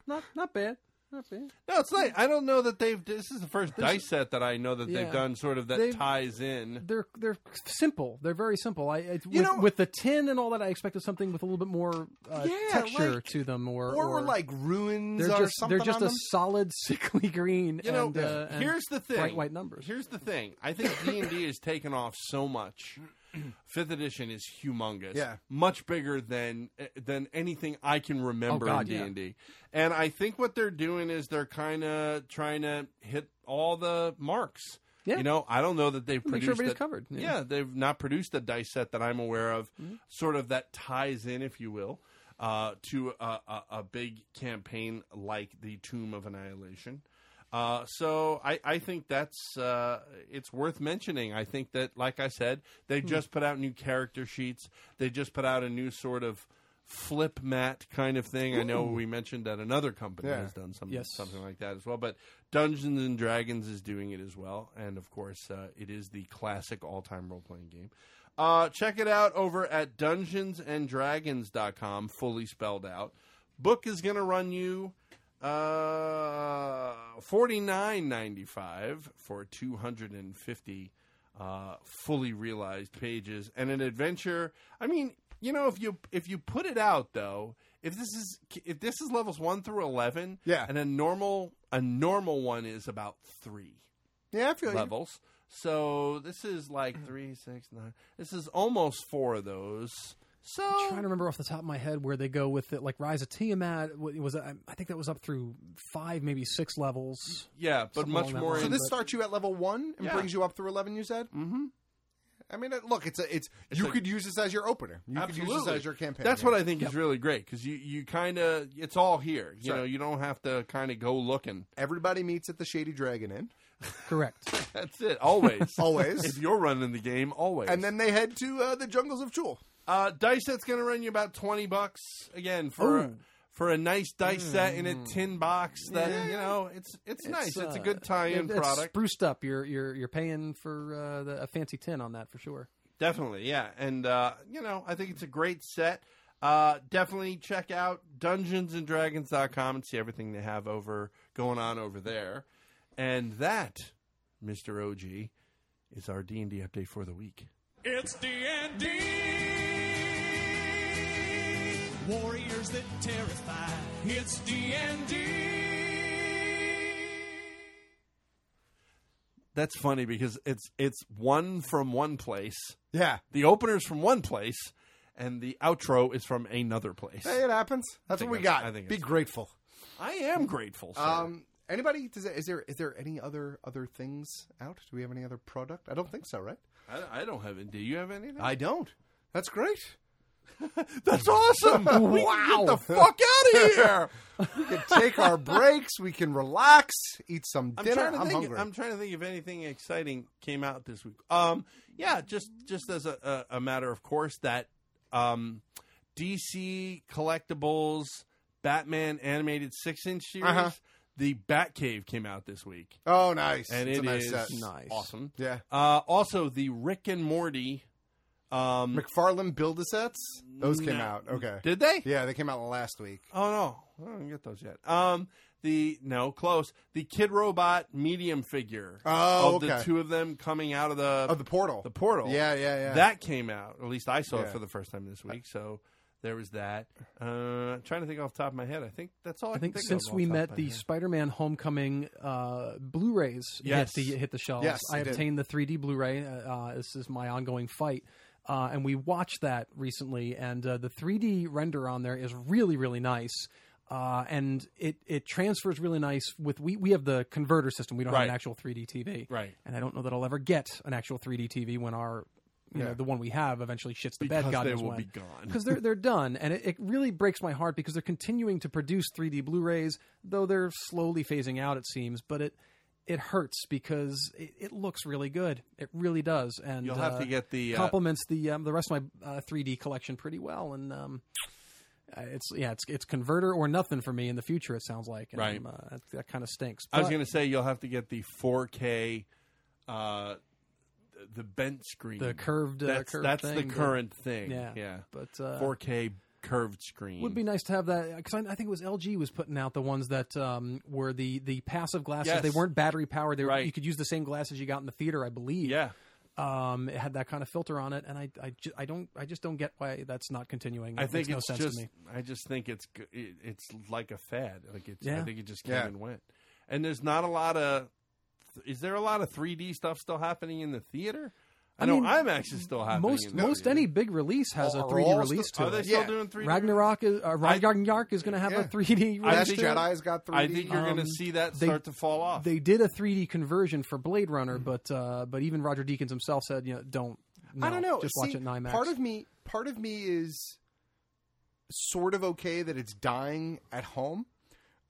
Speaker 14: Not not bad. Not bad.
Speaker 3: No, it's not. I don't know that they've. This is the first dice set that I know that
Speaker 14: Yeah.
Speaker 3: they've done. Sort of that
Speaker 14: They've-
Speaker 3: ties in.
Speaker 14: They're they're simple. They're very simple. I, I with,
Speaker 13: know-
Speaker 14: with the tin and all that, I expected something with a little bit more uh,
Speaker 13: Yeah,
Speaker 14: texture
Speaker 13: like-
Speaker 14: to them, or
Speaker 13: Or, we're like ruins
Speaker 14: they're
Speaker 13: or
Speaker 14: just
Speaker 13: something
Speaker 14: they're just
Speaker 13: on
Speaker 14: a
Speaker 13: them.
Speaker 14: solid sickly green.
Speaker 3: You know,
Speaker 14: and, uh, and
Speaker 3: here's the thing.
Speaker 14: bright white numbers.
Speaker 3: Here's the thing. I think D and D has taken off so much. Fifth edition is humongous.
Speaker 13: Yeah.
Speaker 3: much bigger than eh, than anything I can remember
Speaker 14: Oh, God,
Speaker 3: in D
Speaker 14: yeah.
Speaker 3: and D. And I think what they're doing is they're kind of trying to hit all the marks.
Speaker 14: Yeah.
Speaker 3: You know, I don't know that they've
Speaker 14: Make sure
Speaker 3: produced
Speaker 14: everybody's
Speaker 3: a-
Speaker 14: covered, yeah.
Speaker 3: yeah, they've not produced a dice set that I'm aware of,
Speaker 29: Hmm.
Speaker 3: sort of that ties in, if you will, uh, to a, a, a big campaign like the Tomb of Annihilation. Uh, so I, I think that's uh, it's worth mentioning. I
Speaker 29: Hmm.
Speaker 3: think that, like I said, they just put out new character sheets. They just put out a new sort of flip mat kind of thing. I know
Speaker 29: Ooh.
Speaker 3: we mentioned that another company
Speaker 29: Yeah.
Speaker 3: has done some,
Speaker 29: Yes.
Speaker 3: something like that as well, but Dungeons and Dragons is doing it as well. And of course, uh, it is the classic all time role playing game. Uh, check it out over at dungeonsanddragons.com, fully spelled out. Book is going to run you uh, forty nine ninety five for two hundred and fifty uh, fully realized pages, and an adventure. I mean, you know, if you if you put it out though, if this is if this is levels one through eleven,
Speaker 13: Yeah.
Speaker 3: and a normal a normal one is about three
Speaker 13: Yeah, I feel you.
Speaker 3: levels. So this is like three, six, nine. This is almost four of those. So
Speaker 14: I'm trying to remember off the top of my head where they go with it, like Rise of Tiamat. What it was I I think that was up through five, maybe six levels.
Speaker 3: Yeah, but
Speaker 14: Something
Speaker 3: much
Speaker 14: along that
Speaker 3: more
Speaker 14: line,
Speaker 13: So this
Speaker 14: but-
Speaker 13: starts you at level one and
Speaker 14: Yeah.
Speaker 13: brings you up through eleven. You said.
Speaker 3: Mm-hmm.
Speaker 13: I mean, it- look, it's a, it's, you could use this as your opener. You could use this as your campaign.
Speaker 3: That's
Speaker 13: yeah.
Speaker 3: what I think is really great because you you kind of it's all here. You
Speaker 13: Sure.
Speaker 3: know, you don't have to kind of go looking.
Speaker 13: Everybody meets at the Shady Dragon Inn.
Speaker 14: Correct.
Speaker 3: That's it. Always,
Speaker 13: Always.
Speaker 3: If you're running the game, always.
Speaker 13: and then they head to uh, the jungles of Chul.
Speaker 3: Uh, dice set's going to run you about twenty bucks again for
Speaker 13: Ooh.
Speaker 3: for a nice dice set in a tin box. That
Speaker 14: Yeah.
Speaker 3: you know, it's it's, nice. it's a
Speaker 14: uh,
Speaker 3: good tie-in
Speaker 14: it- it's
Speaker 3: product.
Speaker 14: spruced up. You're you're you're paying for uh, the, a fancy tin on that for sure.
Speaker 3: Definitely, yeah. And, uh, you know, I think it's a great set. Uh, definitely check out dungeonsanddragons.com and see everything they have over going on over there. And that, Mr. OG, is our D&D update for the week.
Speaker 28: It's D&D Warriors that terrify. It's D&D
Speaker 3: That's funny because it's it's one from one place.
Speaker 13: Yeah.
Speaker 3: The opener's from one place and the outro is from another place.
Speaker 13: Hey, it happens. That's
Speaker 3: think
Speaker 13: what we
Speaker 3: that's-
Speaker 13: got.
Speaker 3: I think
Speaker 13: Be
Speaker 3: it's-
Speaker 13: grateful.
Speaker 3: I am grateful. Sir.
Speaker 13: Um, anybody? Does, is there is there any other other things out? Do we have any other product? I don't think so, right?
Speaker 3: I, I don't have it. Do you have anything?
Speaker 13: I don't. That's great.
Speaker 3: That's awesome.
Speaker 13: We
Speaker 3: Wow.
Speaker 13: can get the fuck out of here.
Speaker 3: here.
Speaker 13: we can take our breaks. We can relax. Eat some
Speaker 3: I'm
Speaker 13: dinner.
Speaker 3: trying to
Speaker 13: I'm
Speaker 3: think.
Speaker 13: hungry.
Speaker 3: I'm trying to think if anything exciting came out this week. Um, yeah, just just as a, a, a matter of course that um, DC collectibles Batman animated six inch series.
Speaker 13: Uh-huh.
Speaker 3: The Batcave came out this week.
Speaker 13: Oh, nice.
Speaker 3: And
Speaker 13: It's
Speaker 3: it
Speaker 13: a nice
Speaker 3: is
Speaker 13: set. Nice.
Speaker 3: awesome.
Speaker 13: Yeah.
Speaker 3: Uh, also, the Rick and Morty um,
Speaker 13: McFarlane build a sets. Those came
Speaker 3: No.
Speaker 13: out. Okay.
Speaker 3: Did they?
Speaker 13: Yeah, they came out last week.
Speaker 3: Oh no, I don't get those yet. Um, the no close the Kid Robot medium figure.
Speaker 13: Oh,
Speaker 3: of the
Speaker 13: okay.
Speaker 3: two of them coming out of the
Speaker 13: Of the portal.
Speaker 3: The portal.
Speaker 13: Yeah, yeah, yeah.
Speaker 3: That came out. At least I saw
Speaker 13: Yeah.
Speaker 3: it for the first time this week. So there was that. Uh, trying to think off the top of my head. I think that's all. I,
Speaker 14: I think
Speaker 3: can think
Speaker 14: since
Speaker 3: of
Speaker 14: we
Speaker 3: off the top
Speaker 14: met
Speaker 3: of my
Speaker 14: the
Speaker 3: head.
Speaker 14: Spider-Man Homecoming uh, Blu-rays
Speaker 3: Yes.
Speaker 14: hit the hit the shelves,
Speaker 3: Yes,
Speaker 14: I
Speaker 3: they did.
Speaker 14: obtained the 3D Blu-ray. uh, Uh, this is my ongoing fight, uh, and we watched that recently. And uh, the 3D render on there is really really nice. Uh, and it, it transfers really nice with we, we have the converter system we don't have
Speaker 3: Right.
Speaker 14: an actual 3D TV
Speaker 3: Right.
Speaker 14: and I don't know that I'll ever get an actual 3D TV when our you
Speaker 3: Yeah.
Speaker 14: know the one we have eventually shits the bed
Speaker 3: Because
Speaker 14: God
Speaker 3: they
Speaker 14: knows
Speaker 3: will
Speaker 14: when.
Speaker 3: be gone.
Speaker 14: because they're they're done, and it, it really breaks my heart because they're continuing to produce 3D Blu-rays, though they're slowly phasing out. It seems, but it it hurts because it, it looks really good. It really does, and
Speaker 3: You'll have
Speaker 14: uh,
Speaker 3: to get the, uh,
Speaker 14: complements the um, the rest of my uh, 3D collection pretty well, and. Um, uh, it's yeah, it's it's converter or nothing for me in the future. It sounds like and
Speaker 3: Right.
Speaker 14: I'm, uh, that, that kind of stinks.
Speaker 3: I was
Speaker 14: But-
Speaker 3: going to say you'll have to get the 4K, uh, th- the bent screen,
Speaker 14: The curved, uh,
Speaker 3: That's,
Speaker 14: curved
Speaker 3: that's
Speaker 14: thing,
Speaker 3: the
Speaker 14: but-
Speaker 3: current thing.
Speaker 14: Yeah,
Speaker 3: yeah.
Speaker 14: but, uh,
Speaker 3: 4K curved screen
Speaker 14: Would be nice to have that because I, I think it was LG was putting out the ones that um, were the the passive glasses.
Speaker 3: Yes.
Speaker 14: They weren't battery powered. They were,
Speaker 3: Right.
Speaker 14: you could use the same glasses you got in the theater, I believe.
Speaker 3: Yeah.
Speaker 14: Um, it had that kind of filter on it, and I, I, ju- I don't, I just don't get why that's not continuing.
Speaker 3: I
Speaker 14: It
Speaker 3: think
Speaker 14: makes no
Speaker 3: it's
Speaker 14: sense
Speaker 3: just.
Speaker 14: to me.
Speaker 3: I just think it's g- it, it's like a fad. Like it's. I
Speaker 14: Yeah.
Speaker 3: think it just came
Speaker 14: Yeah.
Speaker 3: and went. And there's not a lot of. Is there a lot of 3D stuff still happening in the theater? I, know
Speaker 14: mean,
Speaker 3: IMAX is still happening.
Speaker 14: Most
Speaker 3: in the
Speaker 14: most
Speaker 3: theater.
Speaker 14: any big release has a
Speaker 3: Are
Speaker 14: 3D
Speaker 3: all
Speaker 14: release
Speaker 3: still-
Speaker 14: to
Speaker 3: are they
Speaker 14: it.
Speaker 3: still Yeah. doing 3D
Speaker 14: Ragnarok is uh, Ragnarok is going to have
Speaker 3: yeah.
Speaker 14: a 3D.
Speaker 3: I
Speaker 14: release
Speaker 3: think-
Speaker 14: to it.
Speaker 3: Jedi's got I 3D. think you're gonna see that start to fall off.
Speaker 14: um, They did a 3D conversion for Blade Runner, but uh, but even Roger Deakins himself said, you know, don't.
Speaker 13: I don't
Speaker 14: no,
Speaker 13: know.
Speaker 14: Just
Speaker 13: See,
Speaker 14: watch it in IMAX.
Speaker 13: Part of me, part of me is sort of okay that it's dying at home,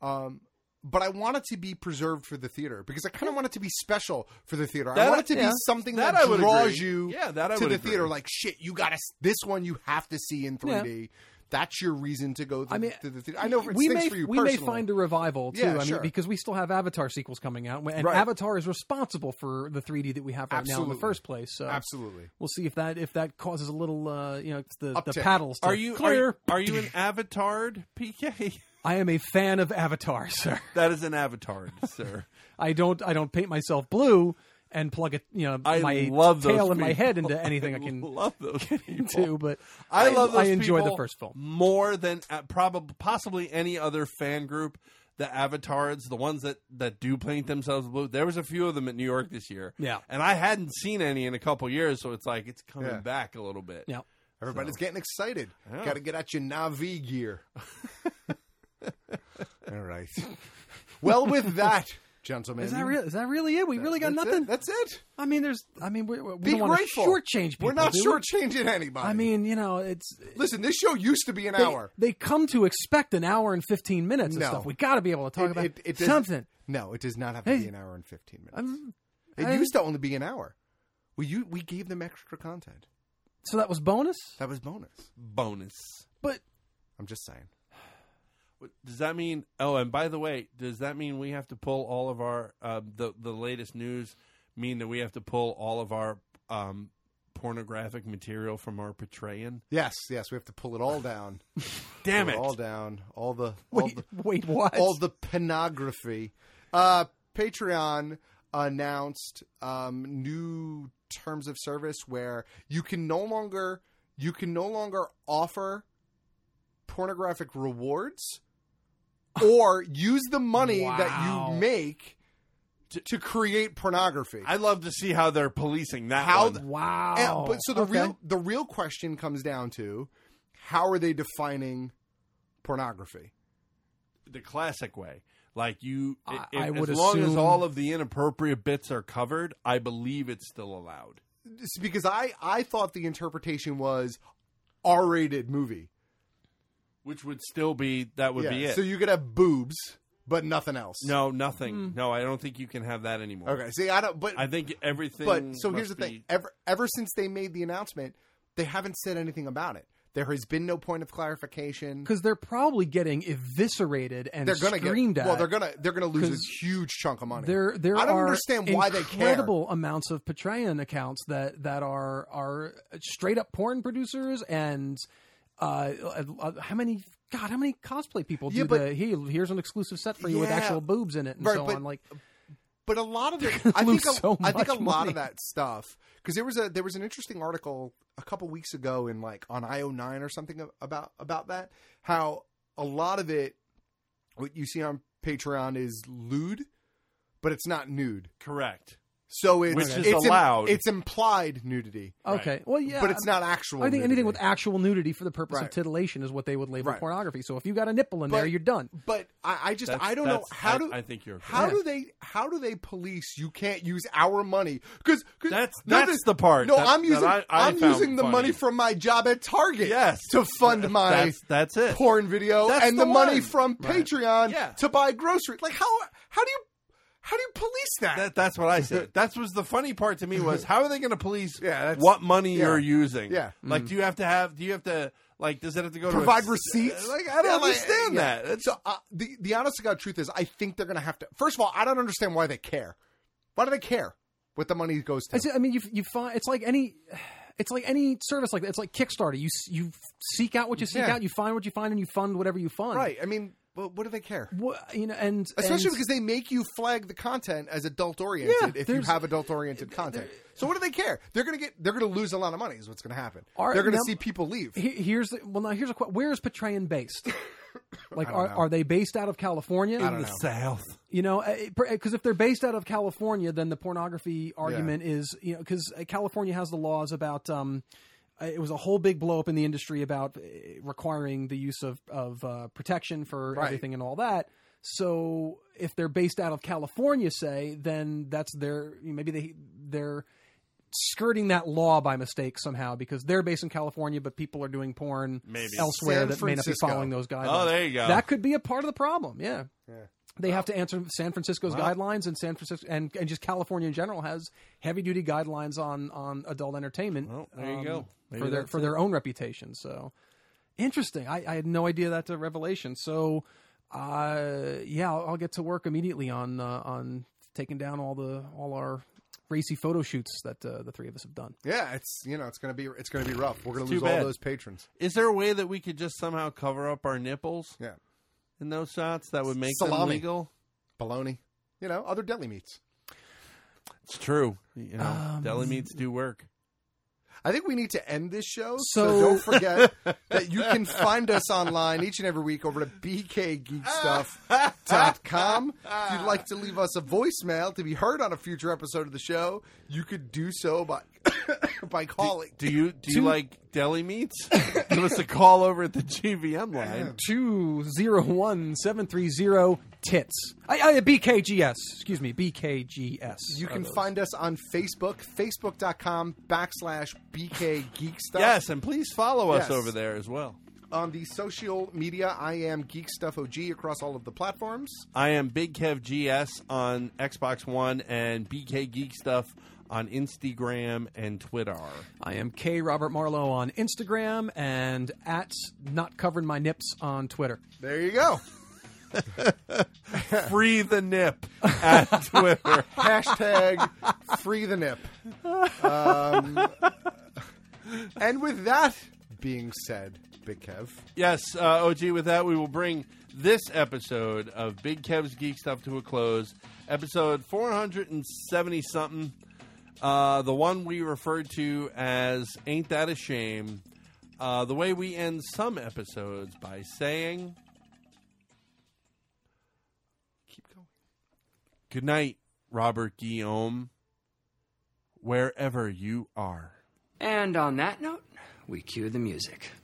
Speaker 13: um, but I want it to be preserved for the theater because I kind of want it to be special for the theater. I
Speaker 3: That
Speaker 13: want
Speaker 3: I-
Speaker 13: it to
Speaker 3: yeah.
Speaker 13: be something
Speaker 3: That
Speaker 13: that,
Speaker 3: I would
Speaker 13: draws
Speaker 3: agree.
Speaker 13: you
Speaker 3: Yeah, that I
Speaker 13: to
Speaker 3: would
Speaker 13: the
Speaker 3: agree.
Speaker 13: theater. Like shit, you got to this one you have to see in 3D. that's your reason to go. Th-
Speaker 14: I mean,
Speaker 13: to the theater. I know if it
Speaker 14: we
Speaker 13: stinks
Speaker 14: may
Speaker 13: for you
Speaker 14: we may
Speaker 13: personally.
Speaker 14: find a revival too.
Speaker 13: Yeah,
Speaker 14: I mean,
Speaker 13: sure.
Speaker 14: because we still have Avatar sequels coming out, and
Speaker 13: Right.
Speaker 14: Avatar is responsible for the 3D that we have right now in
Speaker 13: Absolutely.
Speaker 14: the first place. So
Speaker 13: Absolutely.
Speaker 14: we'll see if that if that causes a little uh, you know it's the, the
Speaker 3: Uptick.
Speaker 14: paddles. To
Speaker 3: Are you- are
Speaker 14: clear?
Speaker 3: Are you an avatard PK?
Speaker 14: I am a fan of Avatar, sir.
Speaker 3: That is an avatar, sir.
Speaker 14: I don't I don't paint myself blue and plug it you know
Speaker 3: I
Speaker 14: my
Speaker 3: love those
Speaker 14: tail and my
Speaker 3: people.
Speaker 14: head into anything I can
Speaker 3: love those
Speaker 14: get into. But
Speaker 3: I, love. Those
Speaker 14: I enjoyed the
Speaker 3: people
Speaker 14: first film.
Speaker 3: more than uh, probably possibly any other fan group. The avatars, the ones that that do paint themselves blue. There was a few of them at New York this year.
Speaker 13: Yeah.
Speaker 3: and I hadn't seen any in a couple years, so it's like it's coming
Speaker 13: Yeah.
Speaker 3: back a little bit.
Speaker 14: Yeah,
Speaker 13: Everybody's getting excited.
Speaker 3: Yeah.
Speaker 13: Got to get out your Navi gear. All right. Well, with that, gentlemen,
Speaker 14: Is that real? Is that really it? We really got nothing.
Speaker 13: That's it.
Speaker 14: I mean, there's. I mean, we, we
Speaker 13: Be
Speaker 14: don't want to
Speaker 13: grateful.
Speaker 14: shortchange people.
Speaker 13: We're not
Speaker 14: do we?
Speaker 13: shortchanging anybody.
Speaker 14: I mean, you know, it's
Speaker 13: Listen, this show used to be an
Speaker 14: they,
Speaker 13: hour.
Speaker 14: They come to expect an hour and fifteen minutes
Speaker 13: No.
Speaker 14: and stuff. We got to be able to talk
Speaker 13: It-
Speaker 14: about
Speaker 13: it- it does-
Speaker 14: something. Um,
Speaker 13: No, it does not have to be
Speaker 14: Hey.
Speaker 13: an hour and fifteen minutes.
Speaker 14: I'm-
Speaker 13: it
Speaker 14: I-
Speaker 13: used to only be an hour. We you, we gave them extra content.
Speaker 14: So that was bonus.
Speaker 13: That was bonus.
Speaker 3: bonus.
Speaker 14: But
Speaker 13: I'm just saying.
Speaker 3: Does that mean? Oh, and by the way, does that mean we have to pull all of our uh, the the latest news? Mean that we have to pull all of our um, pornographic material from our Patreon?
Speaker 13: Yes, yes, we have to pull it all down.
Speaker 3: Damn
Speaker 13: Pull
Speaker 3: it.
Speaker 13: all down. All the all
Speaker 3: Wait-
Speaker 13: the,
Speaker 3: wait, what?
Speaker 13: All the pornography. Uh, Patreon announced um, new terms of service where you can no longer you can no longer offer pornographic rewards or use the money that
Speaker 3: Wow.
Speaker 13: you make to, create pornography.
Speaker 3: I'd love to see how they're policing that.
Speaker 13: How
Speaker 3: one.
Speaker 14: wow!
Speaker 13: And- but so the
Speaker 3: Okay.
Speaker 13: real the real question comes down to how are they defining pornography?
Speaker 3: the classic way. Like you, i-
Speaker 13: I
Speaker 3: if-
Speaker 13: would
Speaker 3: as long as
Speaker 13: assume-
Speaker 3: all of the inappropriate bits are covered, I believe it's still allowed.
Speaker 13: It's because I I thought the interpretation was R rated movie.
Speaker 3: Which would still be that would
Speaker 13: Yeah,
Speaker 3: be it.
Speaker 13: So you could have boobs, but nothing else.
Speaker 3: no, nothing. No, I don't think you can have that anymore.
Speaker 13: Okay. See, I don't. But
Speaker 3: I think everything.
Speaker 13: But so here's the
Speaker 3: must
Speaker 13: thing:
Speaker 3: be-
Speaker 13: ever ever since they made the announcement, they haven't said anything about it. There has been no point of clarification.
Speaker 14: because they're probably getting eviscerated and
Speaker 13: they're gonna
Speaker 14: screamed
Speaker 13: get
Speaker 14: at.
Speaker 13: well. They're gonna they're gonna lose
Speaker 14: 'Cause
Speaker 13: a huge chunk of money.
Speaker 14: There, there
Speaker 13: I don't
Speaker 14: are
Speaker 13: understand why they care.
Speaker 14: incredible amounts of Patreon accounts that that are are straight up porn producers and uh, uh, how many God, how many cosplay people do
Speaker 13: Yeah, but-
Speaker 14: the hey, here's an exclusive set for you with
Speaker 13: Yeah.
Speaker 14: actual boobs in it and
Speaker 13: Right,
Speaker 14: so
Speaker 13: but-
Speaker 14: on. Like
Speaker 13: But a lot of it,
Speaker 14: gonna
Speaker 13: I think,
Speaker 14: lose
Speaker 13: a,
Speaker 14: so
Speaker 13: I think a
Speaker 14: much
Speaker 13: lot
Speaker 14: money.
Speaker 13: of that stuff because there was a there was an interesting article a couple weeks ago in like on IO9 or something about about that how a lot of it what you see on Patreon is lewd, but it's not nude.
Speaker 3: correct.
Speaker 13: So it's
Speaker 3: Which is
Speaker 13: it's im-
Speaker 3: allowed.
Speaker 13: it's implied nudity.
Speaker 14: Okay. Well, yeah,
Speaker 13: but it's not actual.
Speaker 14: I think
Speaker 13: nudity.
Speaker 14: anything with actual nudity for the purpose
Speaker 13: Right.
Speaker 14: of titillation is what they would label
Speaker 13: Right.
Speaker 14: pornography. So if you got a nipple in there,
Speaker 13: But-
Speaker 14: you're done.
Speaker 13: But I, I just
Speaker 3: That's-
Speaker 13: I don't know
Speaker 3: that's-
Speaker 13: how
Speaker 3: I-
Speaker 13: do
Speaker 3: I think you're
Speaker 13: how
Speaker 3: correct.
Speaker 13: do they how do they police you can't use our money because
Speaker 3: That's- that's the part
Speaker 13: no
Speaker 3: that-
Speaker 13: I'm
Speaker 3: that
Speaker 13: using
Speaker 3: I- I
Speaker 13: am
Speaker 3: found
Speaker 13: using the
Speaker 3: funny.
Speaker 13: money from my job at Target
Speaker 3: Yes.
Speaker 13: to fund my
Speaker 3: That's- that's it.
Speaker 13: porn video
Speaker 3: That's
Speaker 13: and
Speaker 3: the
Speaker 13: the, money
Speaker 3: one.
Speaker 13: from
Speaker 3: Right.
Speaker 13: Patreon
Speaker 3: Yeah.
Speaker 13: to buy groceries like how how do you how do you police that,
Speaker 3: That, that's what I said. That was the funny part to me was how are they going to police
Speaker 13: that's-
Speaker 3: what money
Speaker 13: yeah.
Speaker 3: you're using?
Speaker 13: Yeah.
Speaker 3: like do you have to have? Do you have to like? Does it have to go
Speaker 13: provide
Speaker 3: to a-
Speaker 13: receipts.
Speaker 3: uh, Like I
Speaker 13: Yeah,
Speaker 3: don't understand
Speaker 13: yeah.
Speaker 3: that. That's-
Speaker 13: So uh, the the honest to god truth is, I think they're going to have to. First of all, I don't understand why they care. Why do they care what the money goes to?
Speaker 14: I, see- I mean, you you find it's like any. It's like any service like that. It's like Kickstarter. You s- you seek out what you seek
Speaker 13: Yeah.
Speaker 14: out. You find what you find, and you fund whatever you fund.
Speaker 13: right. I mean, what, what do they care?
Speaker 14: Wha- you know, and
Speaker 13: Especially
Speaker 14: and-
Speaker 13: because they make you flag the content as adult oriented
Speaker 14: Yeah,
Speaker 13: if you
Speaker 14: there's-
Speaker 13: have adult oriented content. So what do they care? They're going to get. They're going to lose a lot of money. Is what's going to happen.
Speaker 14: Are-
Speaker 13: they're going
Speaker 14: now-
Speaker 13: to see people leave.
Speaker 14: He- here's the, well now here's a que- where is Petraean based? Like
Speaker 13: I don't
Speaker 14: are,
Speaker 13: know.
Speaker 14: are they based out of California?
Speaker 13: I don't know.
Speaker 3: South.
Speaker 14: You know, eh, because if they're based out of California, then the pornography argument is you know because California has the laws about. Um, uh, it was a whole big blow up in the industry about uh, requiring the use of of uh, protection for
Speaker 13: Right.
Speaker 14: everything and all that. So if they're based out of California, say, then that's their maybe they they're skirting that law by mistake somehow because they're based in California, but people are doing porn
Speaker 3: Maybe.
Speaker 14: elsewhere
Speaker 13: San
Speaker 14: that may not be
Speaker 13: Francisco.
Speaker 14: following those guidelines.
Speaker 3: Oh, there you go.
Speaker 14: That could be a part of the problem. Yeah.
Speaker 13: Yeah.
Speaker 14: They have to answer San Francisco's
Speaker 3: Wow.
Speaker 14: guidelines, and San Francisco and, and just California in general has heavy duty guidelines on on adult entertainment. um,
Speaker 3: Well, there you go. Maybe
Speaker 14: for their
Speaker 3: that's
Speaker 14: for
Speaker 3: it.
Speaker 14: their own reputation. So Interesting. I, I had no idea that's a revelation. So, uh, yeah, I'll, I'll get to work immediately on uh, on taking down all the all our racy photo shoots that uh, the three of us have done.
Speaker 13: Yeah, it's you know it's gonna be it's gonna be rough. We're gonna
Speaker 3: It's
Speaker 13: lose
Speaker 3: too
Speaker 13: all
Speaker 3: bad.
Speaker 13: those patrons.
Speaker 3: Is there a way that we could just somehow cover up our nipples?
Speaker 13: Yeah.
Speaker 3: In those shots that would make them
Speaker 13: Salami.
Speaker 3: legal.
Speaker 13: Bologna, you know, other deli meats.
Speaker 3: It's true. You know,
Speaker 13: Um,
Speaker 3: deli meats do work.
Speaker 13: I think we need to end this show. So,
Speaker 3: So-
Speaker 13: don't forget that you can find us online each and every week over to bkgeekstuff.com. If you'd like to leave us a voicemail to be heard on a future episode of the show, you could do so by by calling
Speaker 3: Do you do you like deli meats? Give us a call over at the GVM line.
Speaker 14: Two zero one seven three zero tits. I, I BKGS. Excuse me, BKGS.
Speaker 13: You can find us on Facebook, facebook.com backslash BK Geek Stuff.
Speaker 3: Yes, and please follow us
Speaker 13: Yes.
Speaker 3: over there as well.
Speaker 13: On the social media, I am Geek Stuff OG across all of the platforms.
Speaker 3: I am Big Kev GS on Xbox One and BK Geek Stuff on Instagram and Twitter.
Speaker 14: I am K Robert Marlowe on Instagram and at not covering my nips on Twitter.
Speaker 13: There you go.
Speaker 3: Free the nip at Twitter.
Speaker 13: Hashtag free the nip. Um, and with that being said, Big Kev,
Speaker 3: Yes, uh, OG, with that, we will bring this episode of Big Kev's Geek Stuff to a close. Episode 470 something. Uh, the one we referred to as Ain't That a Shame. Uh, the way we end some episodes by saying.
Speaker 13: Keep going.
Speaker 3: Good night, Robert Guillaume, wherever you are.
Speaker 29: And on that note, we cue the music.